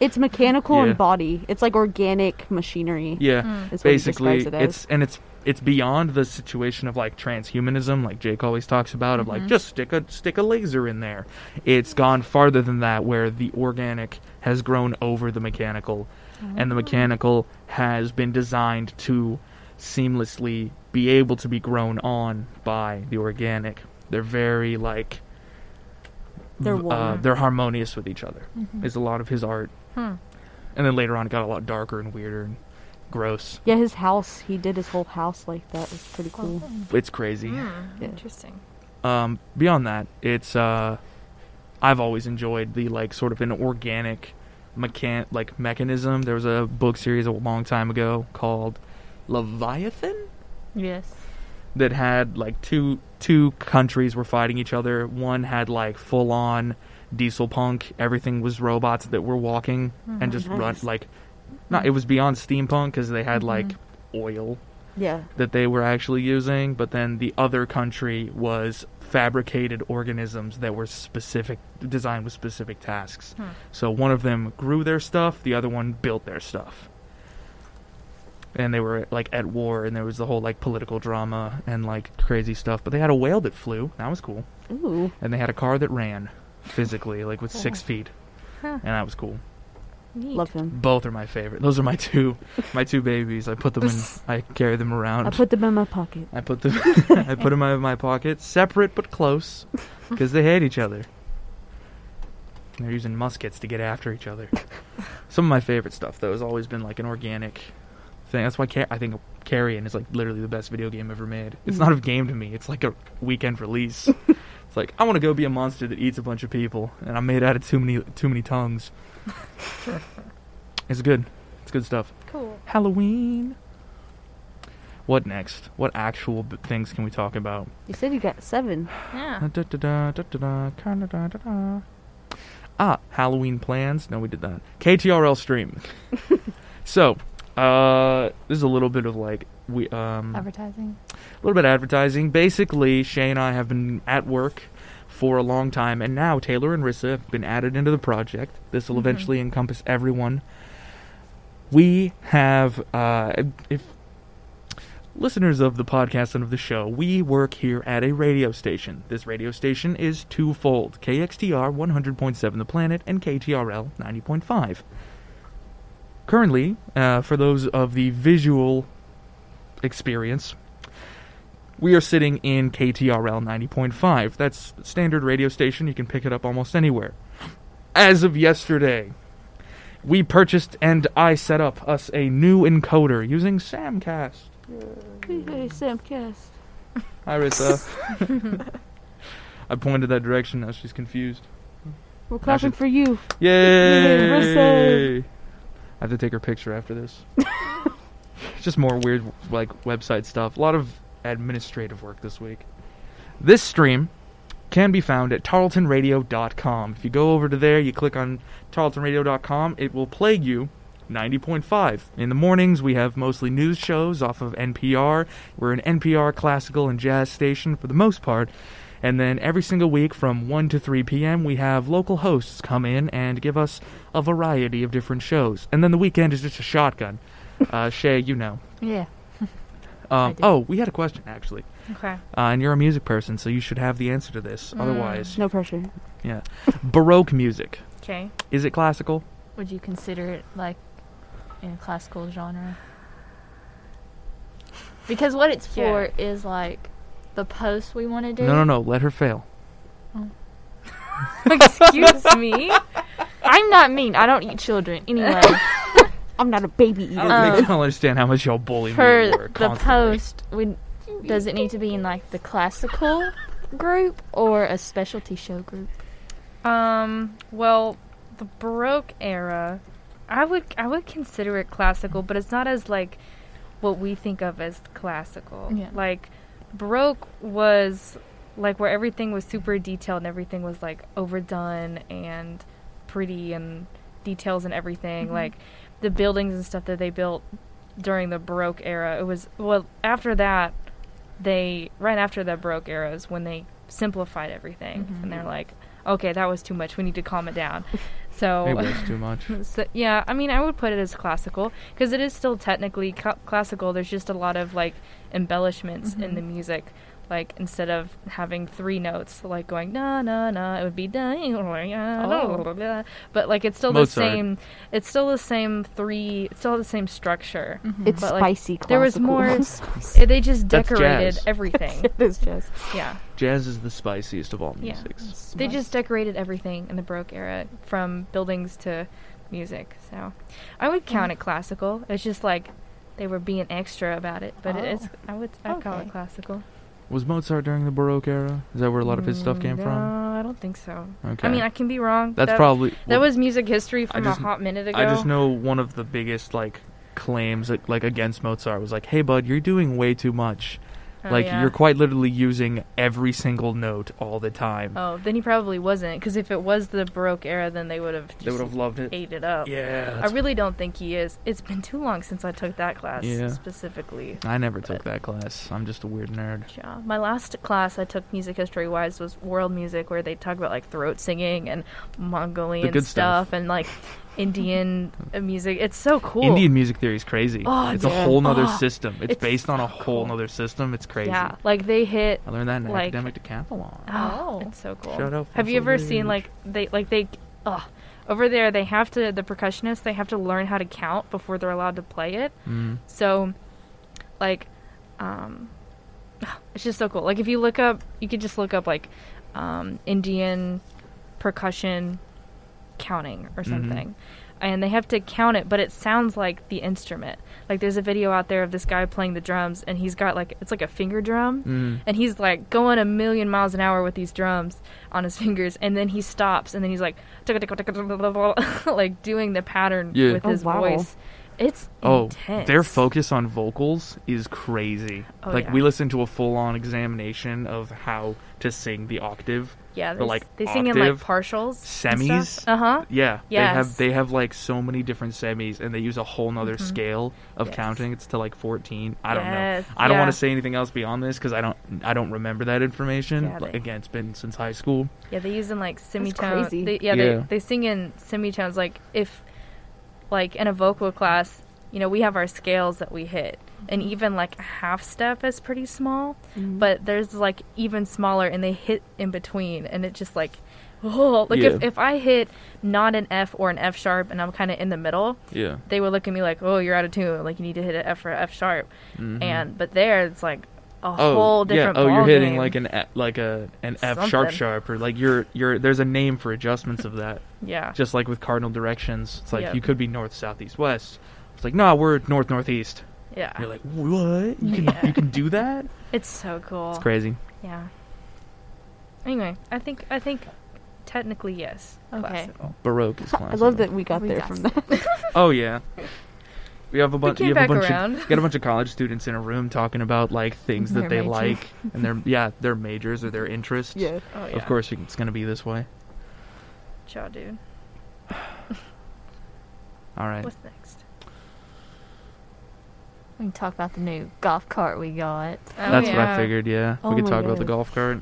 It's mechanical Yeah. and body. It's like organic machinery. yeah, Mm. is what he basically describes it as. it's and it's it's beyond the situation of like transhumanism, like Jake always talks about, of Mm-hmm. like just stick a stick a laser in there. It's gone farther than that, where the organic has grown over the mechanical, and Oh. the mechanical has been designed to seamlessly be able to be grown on by the organic. They're very like They're Mm-hmm. v- uh, one. they're harmonious with each other. Is a lot of his art, Hmm. and then later on it got a lot darker and weirder and gross. yeah, his house. He did his whole house like that. It's pretty cool. It's crazy. Hmm. Yeah. Interesting. Um, beyond that, it's uh, I've always enjoyed the like sort of an organic mechan like mechanism. There was a book series a long time ago called Leviathan. Yes. that had like two two countries were fighting each other. One had like full on diesel punk. Everything was robots that were walking and just run Nice. like not. It was beyond steampunk because they had like oil Yeah. that they were actually using. But then the other country was fabricated organisms that were specific designed with specific tasks. So one of them grew their stuff, the other one built their stuff. And they were like at war and there was the whole like political drama and like crazy stuff. But they had a whale that flew. That was cool. Ooh. And they had a car that ran physically, like with six feet. And that was cool. Neat. Love him. Both are my favorite. Those are my two, my two babies. I put them in. I carry them around. I put them in my pocket. I put them. *laughs* I put them in my pocket, separate but close, because they hate each other. And they're using muskets to get after each other. Some of my favorite stuff, though, has always been like an organic thing. That's why Car- I think Carrion is like literally the best video game ever made. It's not a game to me. It's like a weekend release. it's like I want to go be a monster that eats a bunch of people, and I'm made out of too many too many tongues. it's good. It's good stuff. Cool. Halloween. What next? What actual b- things can we talk about? You said you got seven. Yeah. Uh, da-da-da, da-da-da, ka-da-da-da-da. Ah, Halloween plans. No, we did that. KTRL stream. so, uh, this is a little bit of like we um Advertising. a little bit of advertising. Basically, Shay and I have been at work for a long time, and now Taylor and Rissa have been added into the project. This will eventually encompass everyone. we have uh, if listeners of the podcast and of the show, we work here at a radio station. This radio station is twofold: KXTR 100.7 The Planet and KTRL 90.5. Currently, uh, for those of the visual experience, we are sitting in KTRL 90.5. That's standard radio station. You can pick it up almost anywhere. As of yesterday, we purchased and I set up us a new encoder using Samcast. Hey, Samcast. Hi, Rissa. I pointed that direction. Now she's confused. We're clapping should- for you. Yay! Rissa. I have to take her picture after this. *laughs* It's Just more weird, like website stuff. A lot of administrative work this week. This stream can be found at tarletonradio.com. If you go over to there, you click on tarletonradio.com, it will play you 90.5. In the mornings, we have mostly news shows off of NPR. We're an NPR classical and jazz station for the most part. And then every single week from 1 to 3 p.m., we have local hosts come in and give us a variety of different shows. And then the weekend is just a *laughs* shotgun. Uh, Shay, you know. Yeah. Um, do. oh, we had a question, actually. Okay. Uh, and you're a music person, so you should have the answer to this. Mm. Otherwise, No pressure. yeah. Baroque music. Okay. Is it classical? Would you consider it like in a classical genre? Because what it's for is like the post we want to do. No, no, no. Let her fail. *laughs* Excuse me. I'm not mean. I don't *laughs* eat children anyway. I'm not a baby eater. I don't think Oh. Um, I don't understand how much y'all bully me. For or the constantly. post, we, does it need to be in like the classical group or a specialty show group? Um. Well, the Baroque era, I would I would consider it classical, but it's not as like what we think of as classical. Yeah. Like Baroque was like where everything was super detailed and everything was like overdone and pretty and details and everything. Like the buildings and stuff that they built during the Baroque era. It was well after that they right after the Baroque era is when they simplified everything and they're like, okay, that was too much. We need to calm *laughs* it down. So uh, It was too much. so, yeah, I mean, I would put it as classical because it is still technically cl- classical. There's just a lot of like embellishments in the Mm-hmm. music. Like instead of having three notes, like going na na na, it would be da oh. But like it's still Mozart. the same. It's still the same three. It's still the same structure. It's But, like, spicy. Classical. there was *laughs* more- It- they just That's decorated jazz. *laughs* everything. There's just yeah, Jazz is the spiciest of all Yeah. musics. they just decorated everything in the Baroque era, from buildings to music. So I would count it classical. It's just like they were being extra about it, but it is. I would. I would call Okay. it classical. Was Mozart during the Baroque era? Is that where a lot of his stuff came Mm, no, from? I don't think so. Okay. I mean, I can be wrong. That's that, probably. That was music history from just- a hot minute ago. I just know one of the biggest like claims like, like against Mozart was like, "Hey, bud, you're doing way too much. Oh, like yeah. you're quite literally using every single note all the time." Oh, then he probably wasn't, because if it was the Baroque era, then they would have they would just have loved it. ate it up. Yeah. I that's- really don't think he is. It's been too long since I took that class Yeah. specifically. I never took that class. I'm just a weird nerd. Yeah, my last class I took music history wise was world music, where they talk about like throat singing and Mongolian good stuff. stuff, and like *laughs* Indian uh, music. It's so cool. Indian music theory is crazy. Oh, it's a dude. whole nother Oh, system. It's, it's based on a so whole cool. nother system. It's crazy. yeah, like they hit. I learned that in Like- academic decathlon. Oh, Oh. it's so cool. Shout out have you ever seen Pennsylvania. like they like they oh, over there they have to the percussionists they have to learn how to count before they're allowed to play it. Mm. So, like, um, *sighs* it's just so cool. Like, if you look up, you could just look up like um, Indian percussion counting Mm-hmm. or something, and they have to count it, but it sounds like the instrument. Like, there's a video out there of this guy playing the drums, and he's got like it's like a finger drum, Mm. and he's like going a million miles an hour with these drums on his *laughs* fingers, and then he stops, and then he's like *laughs* like doing the pattern Yeah. with Oh, his wow. voice. It's Oh, intense. their focus on vocals is crazy. Oh, like yeah. we listened to a full-on examination of how to sing the octave. Yeah, the, they, like, like they sing in like octave, partials, semis. Uh huh. Yeah, they have Yes. Mm-hmm. they have like so many different semis, and they use a whole nother scale of Yes. counting. It's to like fourteen. I don't Yes, know. I don't yeah. want to say anything else beyond this because I don't I don't remember that information. Yeah, Like, they- Again, it's been since high school. Yeah, they use in like semitones. crazy. They, Yeah. yeah, They, they sing in semitones. Like if like in a vocal class, you know, we have our scales that we hit. And even like a half step is pretty small, but there's like even smaller and they hit in between and it just like oh like if, Yeah. if I hit not an F or an F sharp and I'm kinda in the middle, Yeah. they would look at me like, "Oh, you're out of tune. Like you need to hit an F or F sharp." Mm-hmm. And but there, it's like a Oh, whole different. yeah. Oh, ball you're hitting game. like an a- like a an F sharp Something. sharp or like you're you're there's a name for adjustments of that. yeah, Just like with cardinal directions, it's like Yeah. you could be north, south, east, west. It's like no, we're north, northeast. yeah. You're like what? You can Yeah. you can do that? It's so cool. It's crazy. Yeah. Anyway, I think I think technically yes. Okay. Classical. Baroque *laughs* is I classical. love that we got We there got from some. that. Oh yeah. We have a bunch. came You have a back bunch around. of you *laughs* got a bunch of college students in a room talking about like things that Their they major. like and their yeah their majors or their interests. yeah. Oh yeah. Of course, you- it's gonna be this way. Ciao, dude. All right. What's next? We can talk about the new golf cart we got. Oh, That's what yeah. I figured. Yeah, Oh we could my talk about the goodness. golf cart.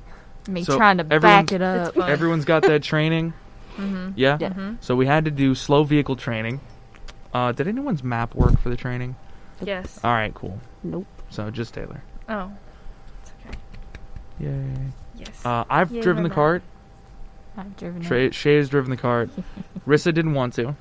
Me So, trying to everyone's- back it up. It's fun. Everyone's got that training. Mhm. Yeah. Yeah. Mhm. So we had to do slow vehicle training. Uh, did anyone's map work for the training? Yes. All right, cool. Nope. So just Taylor. Oh. It's okay. Yay. Yes. Uh, I've Yay, driven the my map. cart. I've driven it. Tra- Shay's driven *laughs* the cart. Rissa didn't want to.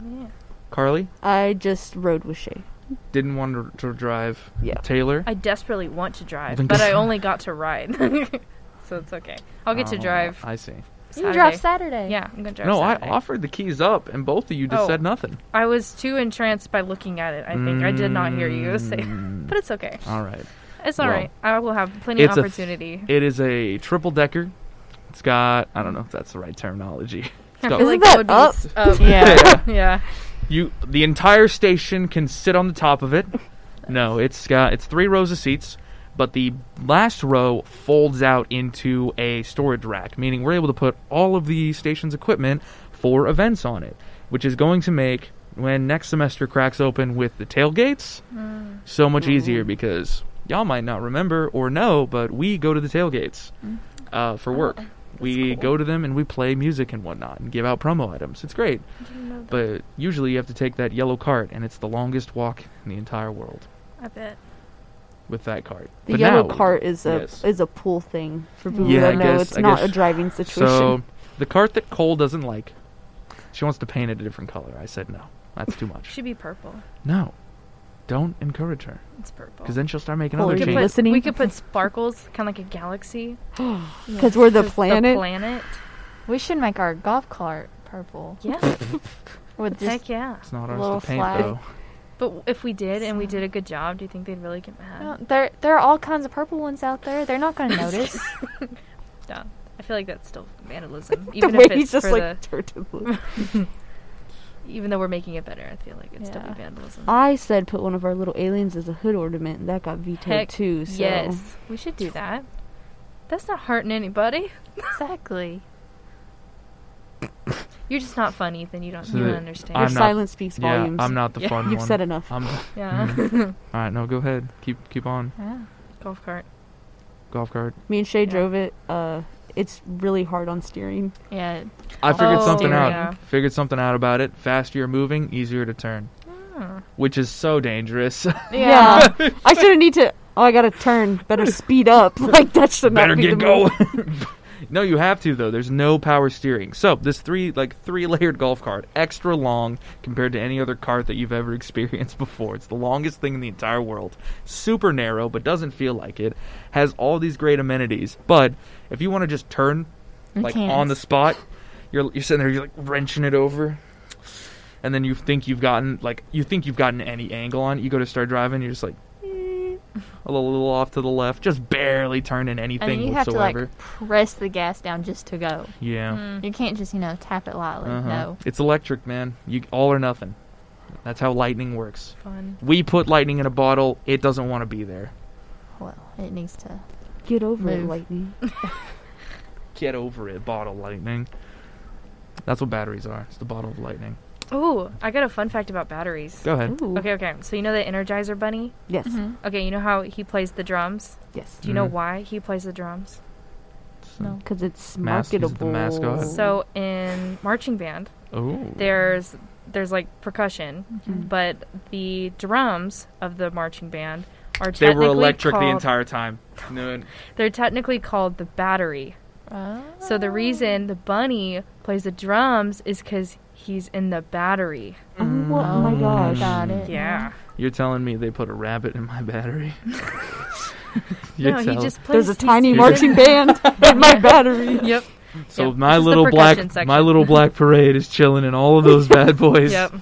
Man. Carly I just rode with Shay. didn't want to, to drive. Yeah. Taylor. I desperately want to drive, think but that's- I only got to ride, *laughs* so it's okay. I'll get to Oh, drive. I see. You can drive Saturday. Saturday. Yeah, I'm gonna drive. no, Saturday. I offered the keys up, and both of you just Oh. said nothing. I was too entranced by looking at it. I think I did not hear you say, Mm. *laughs* but it's okay. All right. It's all Well, right. I will have plenty of it's a th- opportunity. It is a triple decker. It's got I don't know if that's the right terminology. It's I got feel Isn't like that would be that *laughs* s- up. *laughs* *laughs* Yeah. yeah. You the entire station can sit on the top of it. No, it's got it's three rows of seats, but the last row folds out into a storage rack, meaning we're able to put all of the station's equipment for events on it, which is going to make when next semester cracks open with the tailgates so much easier because y'all might not remember or know, but we go to the tailgates uh, for work. We cool. go to them and we play music and whatnot and give out promo items. It's great. But usually you have to take that yellow cart, and it's the longest walk in the entire world I bet. with that cart. The But yellow now- cart is a yes. is a pool thing for people Yeah, who I don't know. guess- it's I not guess- a driving situation. So the cart that Cole doesn't like, she wants to paint it a different color. I said no, that's too much. Should be purple. no, don't encourage her, It's purple. because then she'll start making Well, other you we could, Jane. changes. put, Listening? we could put sparkles, kind of like a *gasps* galaxy. Because we're the 'Cause planet. planet. We should make our golf cart purple *laughs* Yeah. with just Heck yeah. It's not ours little to paint flag. though. But if we did and we did a good job, do you think they'd really get mad? No, there, there are all kinds of purple ones out there. They're not *laughs* going to notice. No. I feel like that's still vandalism, *laughs* the even way if it's he's just for like turned and looked. the. Even though we're making it better, I feel like it's still Yeah. be vandalism. I said put one of our little aliens as a hood ornament, and that got vetoed Heck too. So Yes, we should do that. That's not hurting anybody. exactly. You're just not funny, then you don't So you don't the- your I'm understand. not- silence speaks Yeah, volumes. I'm not the Yeah, fun one. You've said enough. I'm, all Hmm. yeah. right, no, go ahead. Keep keep on. Yeah. *laughs* Golf cart. Golf cart. Me and Shay Yeah. drove it. Uh, it's really hard on steering. yeah. I figured Oh, something out. yeah. Figured something out about it. Faster you're moving, easier to turn, Oh. which is so dangerous. Yeah, I shouldn't need to. Oh, I gotta turn. Better speed up. *laughs* Like that should not better be the get move. going. *laughs* no, you have to though. There's no power steering. So this three like three layered golf cart, extra long compared to any other cart that you've ever *laughs* experienced before. It's the longest thing in the entire world. Super narrow, but doesn't feel like it. Has all these great amenities, but if you want to just turn You like can't. on the spot, you're you're sitting there, you're like wrenching it over. And then you think you've gotten like you think you've gotten any angle on it. You go to start driving, you're just like eh, a little, little off to the left, just barely turning And then anything you have to whatsoever. like press the gas down just to go. Yeah. Hmm. You can't just you know tap it lightly. Uh-huh. Mm, No. It's electric, man. You all or nothing. That's how lightning works. Fun. We put lightning in a bottle, it doesn't want to be there. Well, it needs to. *laughs* Get over it, Move. lightning. Get over it, bottle lightning. That's what batteries are. It's the bottle of lightning. Ooh, I got a fun fact about batteries. Go ahead. Ooh. Okay, okay. So you know the Energizer Bunny? Yes. Mm-hmm. Okay, you know how he plays the drums? Yes. Do you know Mhm. why he plays the drums? Hmm. No. Because it's Mas- he's the marketable. mascot. So in marching band, Oh. there's there's like percussion, Mm-hmm. but the drums of the marching band are They were technically electric the called- entire time. No, They're technically called the battery. So uh, the *laughs* reason the bunny plays the drums is because he's in the battery. Oh my Mm. gosh. Got it. Yeah. You're telling me they put a rabbit in my *laughs* battery? You're No, he telling- just plays. There's a he's- tiny *laughs* he's- marching band in my battery. Yep. so yeah, my this is the little black percussion section. my little *laughs* black parade is chilling in all of those bad boys. Yep.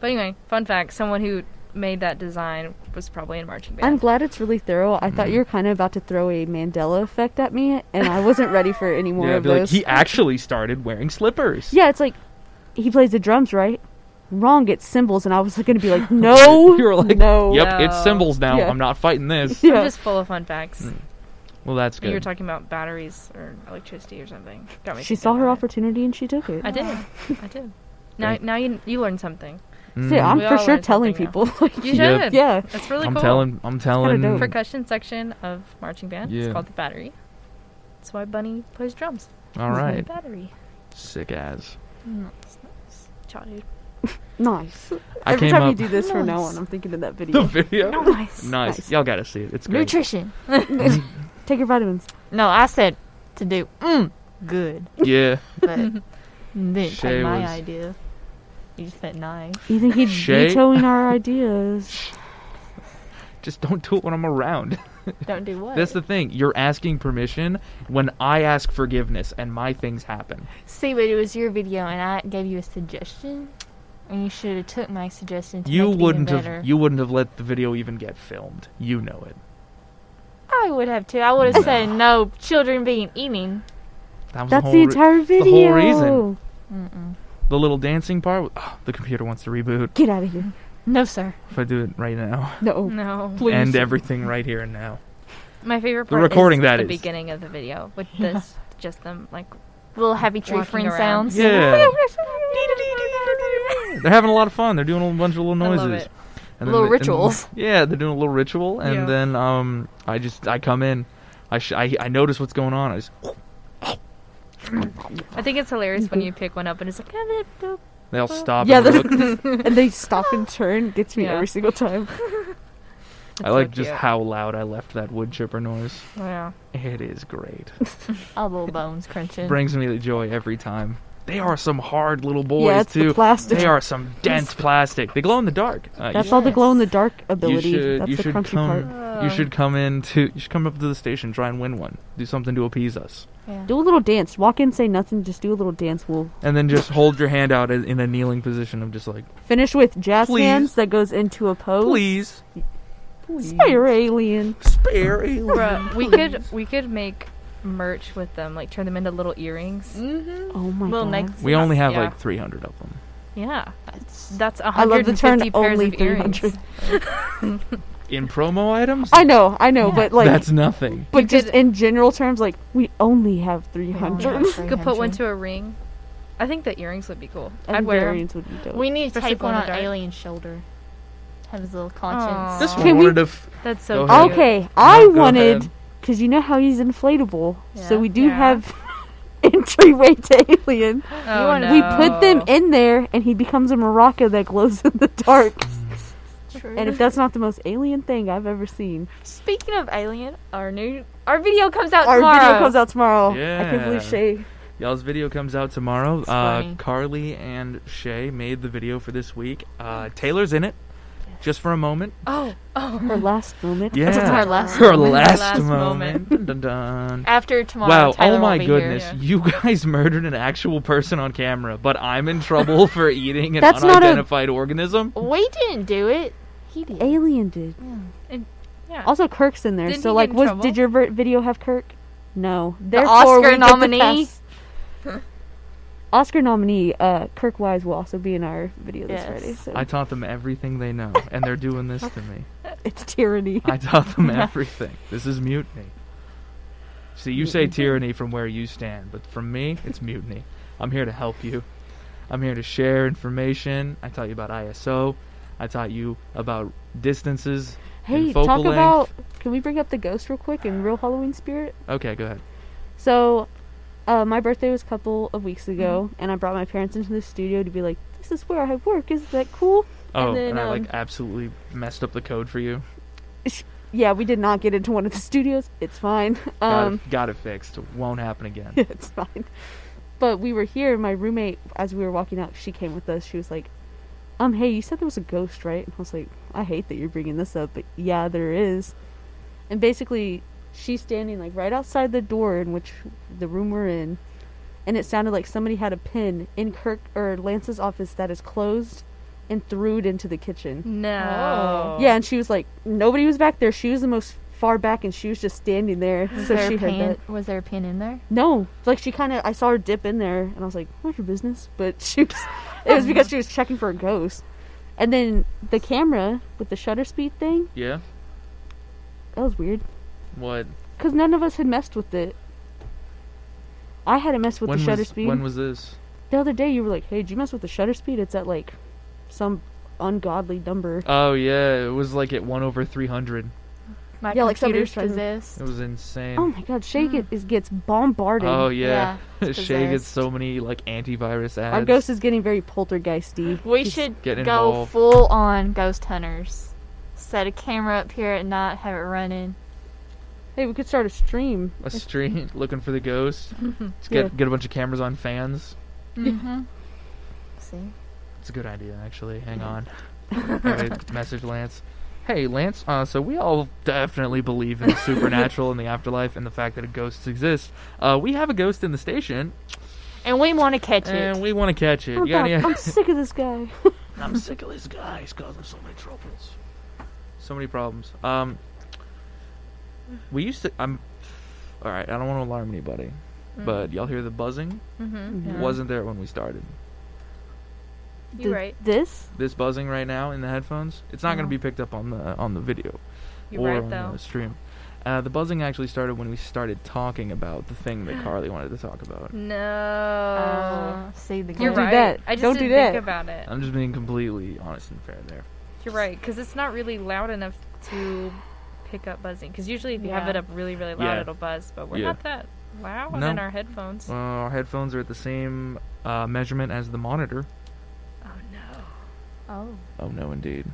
But anyway, fun fact: someone who made that design was probably in marching I'm band. glad it's really thorough. I Mm-hmm. thought you were kind of about to throw a Mandela effect at me, and I wasn't ready for any more Yeah, of be like those. he actually started wearing slippers. yeah, it's like he plays the drums, right? Wrong, it's cymbals, and I was going to be *laughs* like, no, *laughs* You were like, no. Yep, it's symbols now. Yeah. I'm not fighting *laughs* this. Yeah. *laughs* I'm just full of fun facts. Well, that's Mm, good. You were talking about batteries or electricity or something. Got me she thinking saw her about it. opportunity and she took it. I did. I *laughs* did. Now, Great. now you you learned something. Mm. See, I'm We for all sure learned telling something people. like, You Yep. *laughs* should. yeah, That's really I'm cool. telling. I'm telling. dope. Percussion section of marching band. Yeah. It's called the battery. That's why Bunny plays drums. All He's in right. The battery. Sick ass. Ciao, dude. *laughs* nice. I Every came time up you do this from now Nice. on, I'm thinking of that *laughs* the video. video. Nice. Nice. Nice. Y'all got to see it. It's great. Nutrition. Take your vitamins. No, I said to do mm, good, yeah. *laughs* but you didn't Shay take my was- idea. You just said nice. You *laughs* think he's Shay- vetoing our ideas? Just don't do it when I'm around. Don't do what? That's the thing. You're asking permission when I ask forgiveness, and my things happen. See, but it was your video, and I gave you a suggestion, and you should have took my suggestion. To you make it wouldn't even better. have. You wouldn't have let the video even get filmed. You know it. I would have too. I would have said no children being eating. That was That's the, *laughs* the, whole re- entire the video. whole reason. Mm-mm. the little dancing part. wa- Oh, the computer wants to reboot. Get out of here. No, sir. If I do it right now, *laughs* No. No. *laughs* Please. end everything right here and now. My favorite The part recording is that the is. beginning of the video *laughs* with this just them like Little happy tree Walking friend around. sounds. Yeah. They're having a lot of fun. They're doing a bunch of little I noises. love it. And then Little they- and- rituals. *laughs* yeah, they're doing a little ritual, and Yeah. then um, I just I come in, I, sh- I I notice what's going on. I just I think it's hilarious when you pick one up and it's like "Ah, boop, boop." they all stop. Yeah, and that's- *laughs* look. *laughs* and they stop and turn. Gets me Yeah. every single time. I so like just cute. how loud I left that wood chipper noise. yeah. It is great. All little bones crunching. Brings me the joy every time. They are some hard little boys yeah, it's too. the plastic. They are some dense plastic. They glow in the dark. Uh, That's you, all the Yes. glow in the dark ability. should- That's you the should crunchy come- part. Um, you should come in to you should come up to the station try and win one. Do something to appease us. Yeah. Do a little dance. Walk in, say nothing. Just do a little dance. We'll And then just hold your hand out in in a kneeling position of just like, finish with jazz Please. hands that goes into a pose. please, Spire alien. spare a *laughs* Bruh, we could we could make merch with them, like turn them into little earrings. Mm-hmm. Oh my Little god. necklaces. Mm. We only have Yeah. like 300 of them. Yeah. That's- That's a I love hundred the and turn fifty pairs only of earrings. 300. In promo items? I know, I know, but like, That's nothing. but You just could- in general terms, like we only have We only 300. have You could put one 300. to a ring. I think the earrings would be cool. And I'd wear 'em. variants would be dope. We need to Especially tape glow in one the on dark. Alien's shoulder. Have his little conscience. This Aw. one Can we- wanted to. F- That's so Go ahead. cute. okay, I Oh, No, go wanted ahead. because you know how he's inflatable, so Yeah. we do Yeah. have *laughs* entryway to alien. Oh, wanna- We put them no. in there, and he becomes a maraca that glows in the dark. True. and if that's not the most alien thing I've ever seen, Speaking of Alien, our new our video comes out our tomorrow. video comes out tomorrow. I can't Yeah. believe Shay. Y'all's video comes out tomorrow. Uh, funny. Carly and Shay made the video for this week. Uh, Taylor's in it. Just for a moment. Oh, oh. Her last moment. Yeah. her last Her moment. last Last moment. moment. Dun, dun, dun. After tomorrow, Wow, Tyler oh my won't be here. goodness. You guys *laughs* murdered an actual person on camera, but I'm in *laughs* trouble for eating an That's not a- unidentified organism? We didn't do it. He did. Alien did. Yeah. Also, Kirk's in there. Didn't so, he get like, in was trouble? did your ver- video have Kirk? No. The Oscar nominee? Oscar nominee uh, Kirk Wise will also be in our video this Yes. Friday. So I taught them everything they know, and they're doing this to me. *laughs* it's tyranny. I taught them everything. This is mutiny. See, you say tyranny from where you stand, but from me, it's mutiny. I'm here to help you. I'm here to share information. I taught you about ISO. I taught you about distances. *laughs* hey, focal talk length. about. Can we bring up the ghost real quick in Real Halloween Spirit? Okay, go ahead. Mm-hmm. So, uh, my birthday was a couple of weeks ago, and I brought my parents into the studio to be like, this is where I work. Isn't that cool? Oh, and, then, I um, like absolutely messed up the code for you. Yeah, we did not get into one of the *laughs* studios. It's fine. Got, Um, it, got it fixed. Won't happen again. *laughs* it's fine. But we were here. My roommate, as we were walking out, she came with us. She was like, "Um, hey, you said there was a ghost, right?" And I was like, "I hate that you're bringing this up, but yeah, there is." And basically, she's standing like right outside the door in which the room we're in, and it sounded like somebody had a pin in Kirk or Lance's office that is closed, and threw it into the kitchen. No. Yeah, and she was like, nobody was back there. She was the most far back, and she was just standing there. *laughs* Was so there she a heard pin? that. Was there a pin in there? No, like she kind of, I saw her dip in there, and I was like, "What's your business?" But *laughs* she was, it was because she was checking for a ghost. And then the camera with the shutter speed thing, Yeah. that was weird What? because none of us had messed with it. I hadn't messed with when the shutter was speed. when was this? the other day, you were like, "Hey, did you mess with the shutter speed? It's at like some ungodly number." Oh yeah, it was like at one over three hundred. My Yeah, like computer's somebody's trying to- possessed. It was insane. Oh my God, Shay get, is, gets bombarded. Oh, yeah, *laughs* Yeah, it's Shay gets possessed. so many like antivirus ads. Our ghost is getting very poltergeisty. We He's- should get go involved. full on ghost hunters. Set a camera up here at night, have it running. Hey, we could start a stream. a street *laughs* looking for *laughs* the ghost. Let's Yeah. get get a bunch of cameras on fans. Mm-hmm. *laughs* See? It's a good idea actually. *laughs* Hang on. I message Lance. Hey Lance, uh, so we all definitely believe in the supernatural and the afterlife and the fact that ghosts exist. Uh, we have a ghost in the station, And we want to catch and it. we want to catch it. Oh You got God, any- I'm sick of this guy. I'm sick of this guy. He's causing so many troubles. So many problems. Um, we used to. I'm. All right. I don't want to alarm anybody, Mm. but y'all hear the buzzing? Mm-hmm. Mhm. Wasn't there when we started. You're Th- right. This? This buzzing right now in the headphones. It's not going to Oh. be picked up on the on the video You're or right on though. the stream. Uh, the buzzing actually started when we started talking about the thing that Carly wanted to talk about. No. Uh, see the You're do ghost. right. that. I just Don't do didn't that. think about it. I'm just being completely honest and fair there. You're right, because it's not really loud enough to pick up buzzing. Because usually, if you have Yeah. it up really, really loud, Yeah. it'll buzz. But we're Yeah. not that loud No. in our headphones. Uh, our headphones are at the same uh, measurement as the monitor. Oh no! Oh. Oh no, indeed.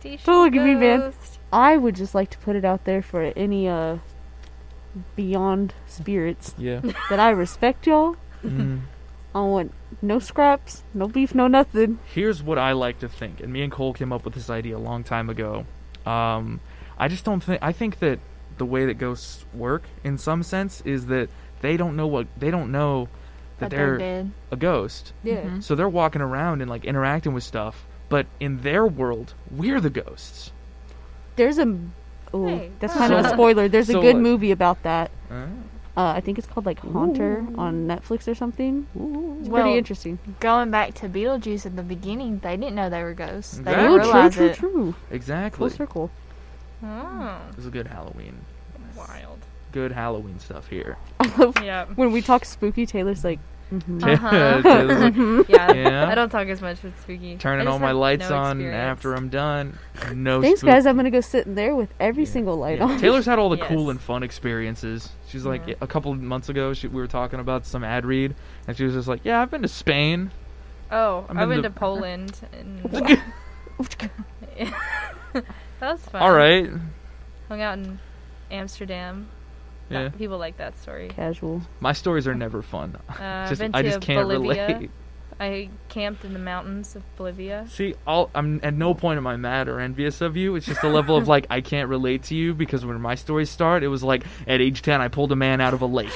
Station Don't look at me, man. ghost. I would just like to put it out there for any uh beyond spirits *laughs* Yeah. that I respect y'all. Mm. I want no scraps, no beef, no nothing. here's what I like to think, and me and Cole came up with this idea a long time ago. Um, I just don't think I think that the way that ghosts work, in some sense, is that they don't know what they don't know that But they're they're, dead. a ghost, Yeah. Mhm. so they're walking around and like interacting with stuff. But in their world, we're the ghosts. There's a ooh, Hey. *laughs* that's kind of a So- spoiler. There's so, a good like- movie about that. Oh. Uh, I think it's called like Haunter on Netflix or something. It's Well, pretty interesting. Going back to Beetlejuice at the beginning, they didn't know they were ghosts. They Exactly. didn't Oh, true, realize true, it. true. Full exactly. This circle. Oh, is a good Halloween. wild. *laughs* Good Halloween stuff here. I love Yeah. when we talk spooky. Taylor's like, Mm-hmm. mhm. *laughs* Uh-huh. Taylor's like, *laughs* yeah, Yeah. I don't talk as much with spooky. Turning I all just my have lights no on experience. after I'm done. No Thanks, Oh, spook- guys. I'm gonna go sit in there with every Yeah. single light Yeah. on. Taylor's had all the Yes. cool and fun experiences. She's like Yeah. a couple of months ago, she, we were talking about some ad read, and she was just like, "Yeah, I've been to Spain." Oh, I'm I in went the- to Poland. *laughs* And that was fun. all right, Hung out in Amsterdam. That- yeah. people like that story. Casual. My stories are never fun. *laughs* Uh, just, I've been I to just can't Bolivia. relate. I camped in the mountains of Bolivia. See, all, I'm at no point am I mad or envious of you. It's just a level of like I can't relate to you because when my stories start, it was like at age ten I pulled a man out of a *laughs* lake,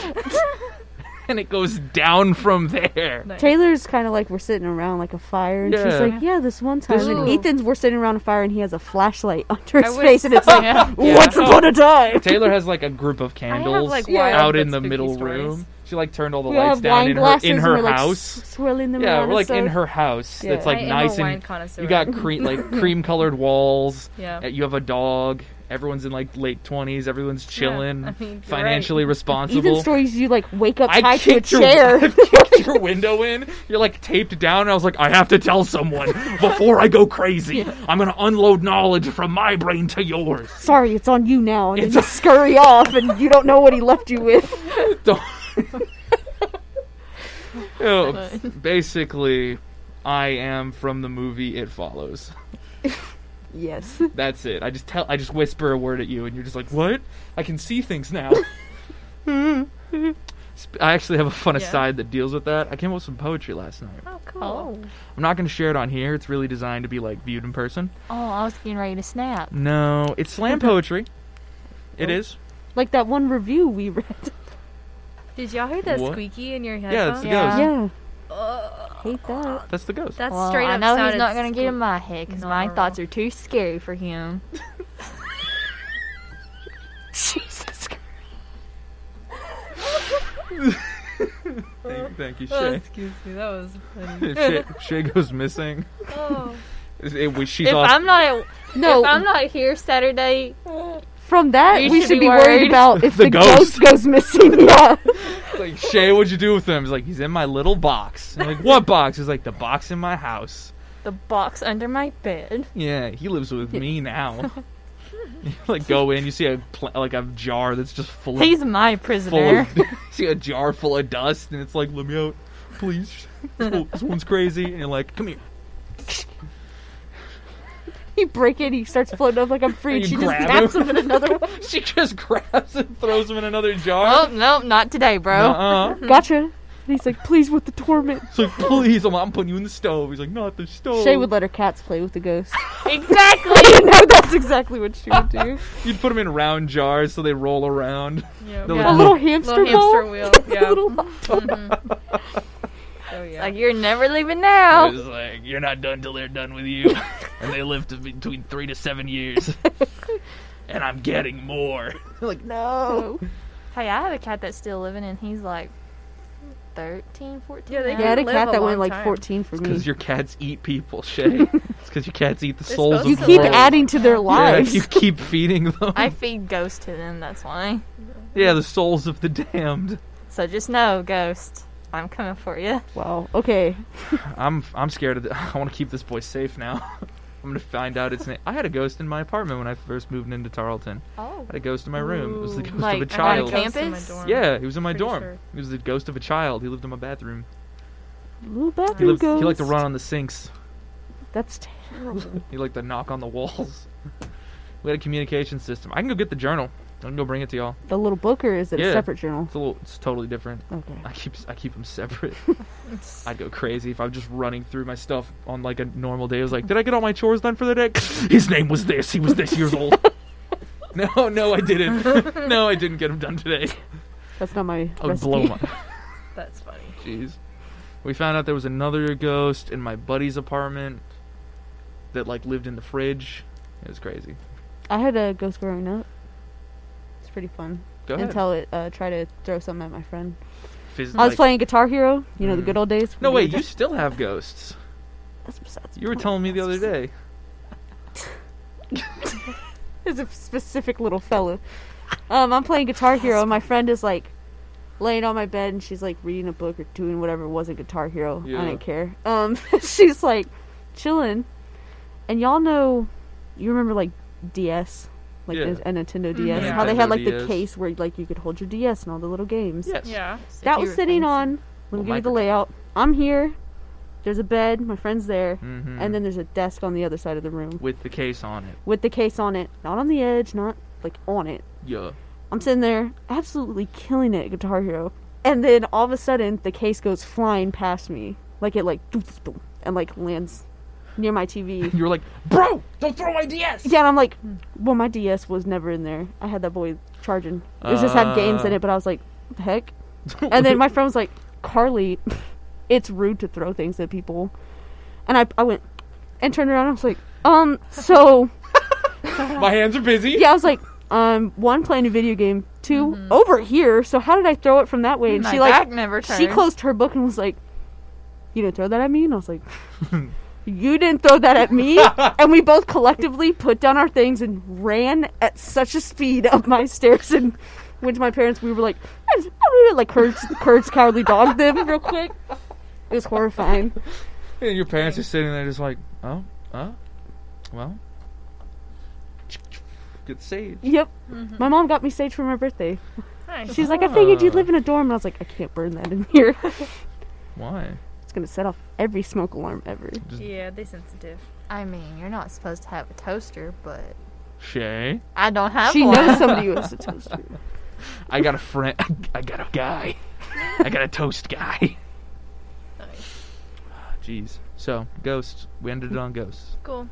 *laughs* and it goes down from there. Nice. Taylor's kind of like we're sitting around like a fire, and she's Yeah. like, "Yeah, this one time." This- and Ooh. Ethan's we're sitting around a fire, and he has a flashlight under I his was face, and it's like, Yeah. "Once upon a time." Taylor has like a group of candles like, wild out but in the spooky middle stories. room. She like turned all the We all lights have down wine in her glasses, in and her we're, like, house. s- swirling them yeah, around. we're like it's in so- her house. Yeah. That's like I nice am a wine and connoisseur. you got cream *laughs* like cream colored walls. yeah. uh, You have a dog. Everyone's in like late twenties. Everyone's chilling, I mean, you're E-, financially Ethan's responsible. *laughs* stories. You like wake up I tied to a kicked, your, chair. *laughs* I kicked your window in. You're like taped down. And I was like, I have to tell someone before I go *laughs* crazy. I'm gonna unload knowledge from my brain to yours. Sorry, it's on you now. And then It's you on- scurry off, and you don't know what he left you with. Don't. You know, basically, I am from the movie It Follows. Yes. That's it. I just tell I just whisper a word at you and you're just like, "What? I can see things now." Sp- I actually have a fun Yeah. aside that deals with that. I came up with some poetry last night. Oh, cool. Oh. I'm not going to share it on here. It's really designed to be like viewed in person. Oh, I was getting ready to snap. No, it's slam poetry. It Oh. is. Like that one review we read. Did y'all hear that What? squeaky in your head? Yeah, that's the Yeah. ghost. Yeah. Ugh. Hate that. That's the ghost. That's well, straight I up know he's sounded not gonna get squ- in my head because not my normal. thoughts are too scary for him. Jesus. Thank, thank you, Oh, *laughs* Shay. excuse me, that was *laughs* funny. Shay. Shay goes missing. oh. It, we- she's if off. I'm not at, No, if I'm not here Saturday, from that You we um, should should be, be worried worried. about if The the, ghost. ghost. goes missing. *laughs* yeah. like, Shay, what'd you do with him? He's like, he's in my little box. I'm like, what box? He's like, the box in my house. the box under my bed. Yeah, he lives with me now. *laughs* You, like go in, you see a pl- like a jar that's just full of He's *laughs* my full prisoner. *laughs* of, see a jar full of dust, and it's like, let me out, please. This, one- this one's crazy, and you're like, come here. *laughs* *laughs* You break it, he starts floating up like I'm free. *laughs* You and She just grab taps him in *laughs* another one. She just grabs and throws him in another jar. Oh no, not today, bro. Uh-uh. Gotcha. And he's like, please with the torment. It's like, please, I'm, I'm putting you in the stove. He's like, not the stove. Shay would let her cats play with the *laughs* ghost. *laughs* Exactly. I know that's exactly what she would do. You'd put them in round jars so they roll around. Yeah. The A Yeah. little hamster Little ball. hamster *laughs* wheel. With *laughs* a *laughs* Yeah. little- Oh, yeah. Like you're never leaving now. It's like, you're not done till they're done with you. and they live to between three to seven years. and I'm getting more. like, no. Hey, I have a cat that's still living, and he's like 13, 14. Yeah, they Yeah, I had a Live cat a that long went like time. 14 for me. Because your cats eat people, Shay. it's because your cats eat the They're souls of You supposed keep to the live. adding to their lives. *laughs* Yeah, you keep feeding them. I feed ghosts to them. That's why. *laughs* Yeah, the souls of the damned. So just know, ghost, I'm coming for you. Wow. Okay. I'm I'm scared of. The, *laughs* I want to keep this boy safe now. *laughs* I'm gonna find out its name. I had a ghost in my apartment when I first moved into Tarleton. Oh, I had a ghost in my room. It was the Ooh. ghost Like, of a around child. camp? Ghost in my Campus? dorm. Yeah, he was in my Pretty dorm. sure. He was the ghost of a child. He lived in my bathroom. Little He, bathroom lived, he ghost. liked to run on the sinks. That's terrible. He liked to knock on the walls. *laughs* we had a communication system. I can go get the journal. I can go bring it to y'all. the little book or is it Yeah. a separate journal? It's a little. It's totally different. Okay. I keep I keep *laughs* them separate. I'd go crazy if I'm just running through my stuff on like a normal day. I was like, did I get all my chores done for the day? *laughs* His name was this. He was this *laughs* years old. no, no, I didn't. *laughs* no, I didn't get him *laughs* done today. That's not my. I would recipe. blow my. *laughs* That's funny. Jeez. We found out there was another ghost in my buddy's apartment that like lived in the fridge. It was crazy. *laughs* I had a ghost growing up. It's pretty fun Go ahead. until it uh, tried to throw something at my friend. Fizz- I was like- playing Guitar Hero. You know the Mm. good old days. No, when wait. You still have ghosts. That's besides the You were point. telling me the other day. There's a specific little fella. Um, I'm playing Guitar Hero, and my friend is like laying on my bed, and she's like reading a book or doing whatever it was a Guitar Hero. Yeah. I didn't care. Um, *laughs* she's like chilling, and y'all know, you remember like DS, like Yeah. a, a Nintendo DS, Yeah. how they had Nintendo like DS. the case where like you could hold your DS and all the little games. Yes. Yeah. That was sitting on. Let Little me give you the microphone. layout. I'm here. There's a bed. My friend's there, Mm-hmm. and then there's a desk on the other side of the room with the case on it. with the case on it, not on the edge, not like on it. Yeah. I'm sitting there absolutely killing it, at Guitar Hero, and then all of a sudden the case goes flying past me, like it like doof, doof, doof, and like lands near my *laughs* TV. You were like, bro, don't throw my DS. yeah, and I'm like, well, my DS was never in there. I had that boy charging. It just had games in Uh. it, but I was like, "What the heck. And then my friend was like, Carly, *laughs* it's rude to throw things at people. And I, I went and turned around. I was like, um, so *laughs* my hands are busy. yeah, I was like, um, one playing a video game, 2 over here. So how did I throw it from that way? And Mm-hmm. My she like, back never she turned. closed her book and was like, "You didn't throw that at me," and I was like, "You didn't throw that at me." and we both collectively put down our things and ran at such a speed up my stairs and went to my parents. We were like, "I just- I don't know," like courage, courage, cowardly dog them real quick. It was horrifying. And your parents are sitting there just like, oh, uh, well. Get saved. Yep. Mm-hmm. My mom got me sage for my birthday. Nice. She was like, I figured you'd live in a dorm. And I was like, I can't burn that in here. Why? It's gonna set off every smoke alarm ever. *laughs* Yeah, they sensitive. I mean, you're not supposed to have a toaster, but Shay, I don't have she one. *laughs* knows somebody who *laughs* has a toaster. I got a friend. *laughs* I got a guy. I got a toast guy. *laughs* Ah, Nice. Jeez. So, ghosts. We ended it on ghosts. Cool.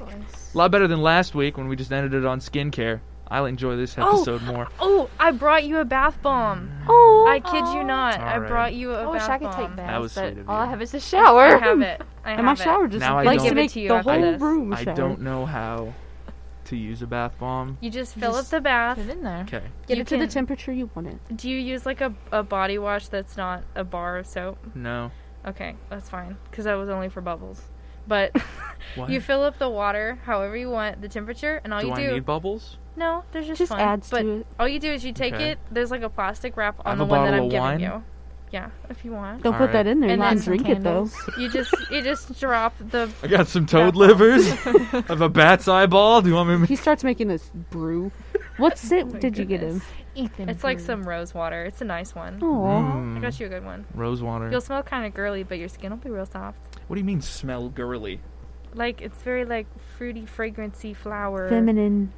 A lot better than last week when we just ended it on skincare. I'll enjoy this episode more. *laughs* Oh, I brought you a bath bomb. Oh, I kid you not. I Alright. brought you a Oh, I wish bath I could bomb. take baths, That was but sweet of all you. I have is a I shower. *laughs* have *laughs* it. I have and my it. shower just Now I likes don't- to make Give it to you the after whole this. room I shower. don't know how to use a bath bomb. You just fill Just up the bath. Put it in there. Okay. Get You it to the can- temperature you want it. Do you use like a, a body wash that's not a bar of soap? No. Okay, that's fine. Because that was only for bubbles. *laughs* But What? you fill up the water however you want, the temperature, and all do you I do. need bubbles? No, there's just, Just fun. adds but to it. all you do is you take Okay. it. There's like a plastic wrap I on have the a one that bottle I'm of giving wine. you. Yeah, if you want. Don't put Alright. that in there. And And not then and some drink it though. candles. You just you just drop the I got some Bath toad bomb. livers. *laughs* I have a bat's eyeball. Do you want me to *laughs* He starts making this brew. What *laughs* Oh scent did you get him? Oh. Ethan. It's like Brew. some rose water. It's a nice one. Aww. Mm, I got you a good one. Rose water. You'll smell kind of girly, but your skin will be real soft. What do you mean smell girly? Like it's very like fruity, fragrancy, flower. Feminine.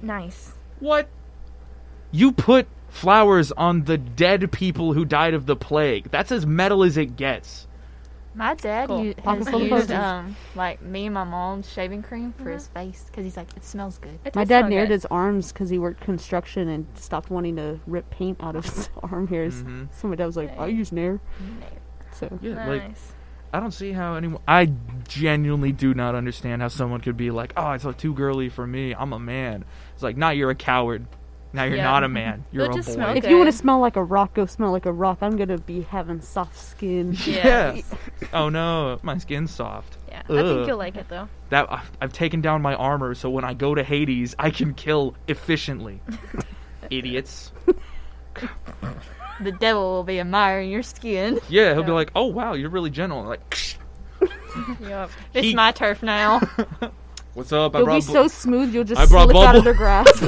Nice. What? You put flowers on the dead people who died of the plague. That's as metal as it gets. My dad Cool. u- Papa has Papa *laughs* used Papa. um, like me and my mom's shaving cream for his Uh-huh. face because he's like, it smells good. It My does dad smell neared good. his arms because he worked construction and stopped wanting to rip paint out of his *laughs* arm hairs. Mhm. So my dad was like, "I use Nair." So Yeah, like Nice. I don't see how anyone. I genuinely do not understand how someone could be like, "Oh, it's like too girly for me. I'm a man." It's like, "Nah, you're a coward. Now you're Yeah. not a man. You're a just boy." *laughs* smell if you want to Okay. smell like a rock, go smell like a rock. I'm gonna be having soft skin. Yeah. oh no, my skin's soft. Yeah. I Ugh. think you'll like it though. That I've, I've taken down my armor, so when I go to Hades, I can kill efficiently. Idiots. The devil will be admiring your *laughs* skin. Yeah, he'll be Yeah. like, "Oh wow, you're really gentle." Like, Yup. It's He- my *laughs* turf now. what's up? I You'll be brought, so smooth, you'll just I slip brought out bubble. of their grasp.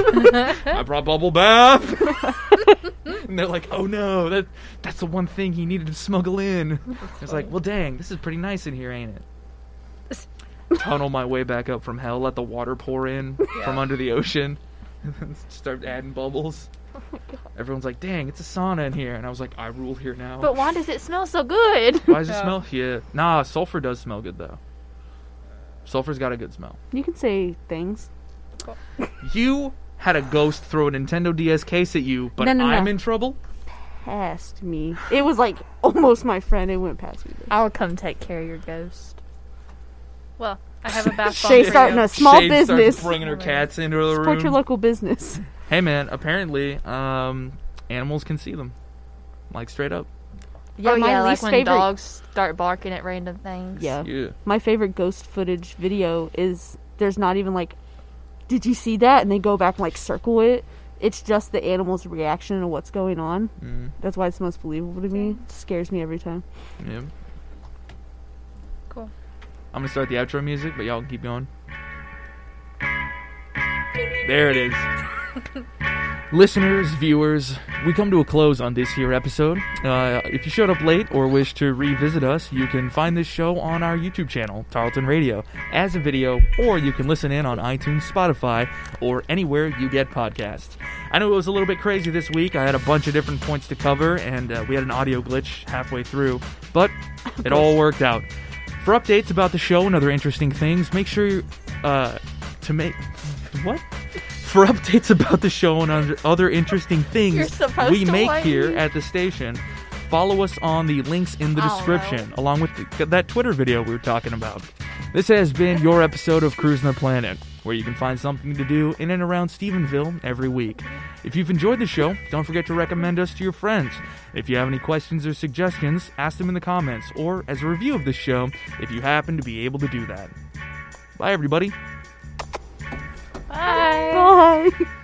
*laughs* bu- I brought bubble bath. *laughs* and they're like, "Oh no, that that's the one thing he needed to smuggle in." It's like, well, dang, this is pretty nice in here, ain't it? *laughs* Tunnel my way back up from hell, let the water pour in from under the ocean, *laughs* and then start adding bubbles. Everyone's like, dang, it's a sauna in here. And I was like, I rule here now. but why does it smell so good? *laughs* Why does it Yeah. smell? Yeah. Nah, sulfur does smell good, though. Sulfur's got a good smell. you can say things. You had a ghost throw a Nintendo DS case at you, but No, no, no. I'm in trouble? Past me, it was like almost my friend. It went past me. though. I'll come take care of your ghost. Well, I have a *laughs* bath bomb. Shay's for starting you. a small Shade business. starts bringing her cats into the Support your room. local *laughs* business. Hey, man, apparently, um, animals can see them. Like, straight up. Yeah, Oh, my yeah, like least when favorite- dogs start barking at random things. Yeah. Yeah. my favorite ghost footage video is there's not even like did you see that and they go back and like circle it it's just the animal's reaction to what's going on Mm, that's why it's the most believable to me it scares me every time yeah. Cool. I'm gonna start the outro music, but y'all can keep going. There it is. Listeners, viewers, we come to a close on this here episode. Uh, if you showed up late or wish to revisit us, you can find this show on our YouTube channel, Tarleton Radio, as a video, or you can listen in on iTunes, Spotify, or anywhere you get podcasts. I know it was a little bit crazy this week. I had a bunch of different points to cover, and uh, we had an audio glitch halfway through, *laughs* but it all worked out. For updates about the show and other interesting things, make sure you, uh, to make what? For updates about the show and other- other interesting You're things supposed we to make wait. here at the station, follow us on the links in the Oh, well. description, along with the, that Twitter video we were talking about. This has been your episode of Cruising the Planet, where you can find something to do in and around Stephenville every week. If you've enjoyed the show, don't forget to recommend us to your friends. If you have any questions or suggestions, ask them in the comments or as a review of the show if you happen to be able to do that. Bye, everybody. Bye. bye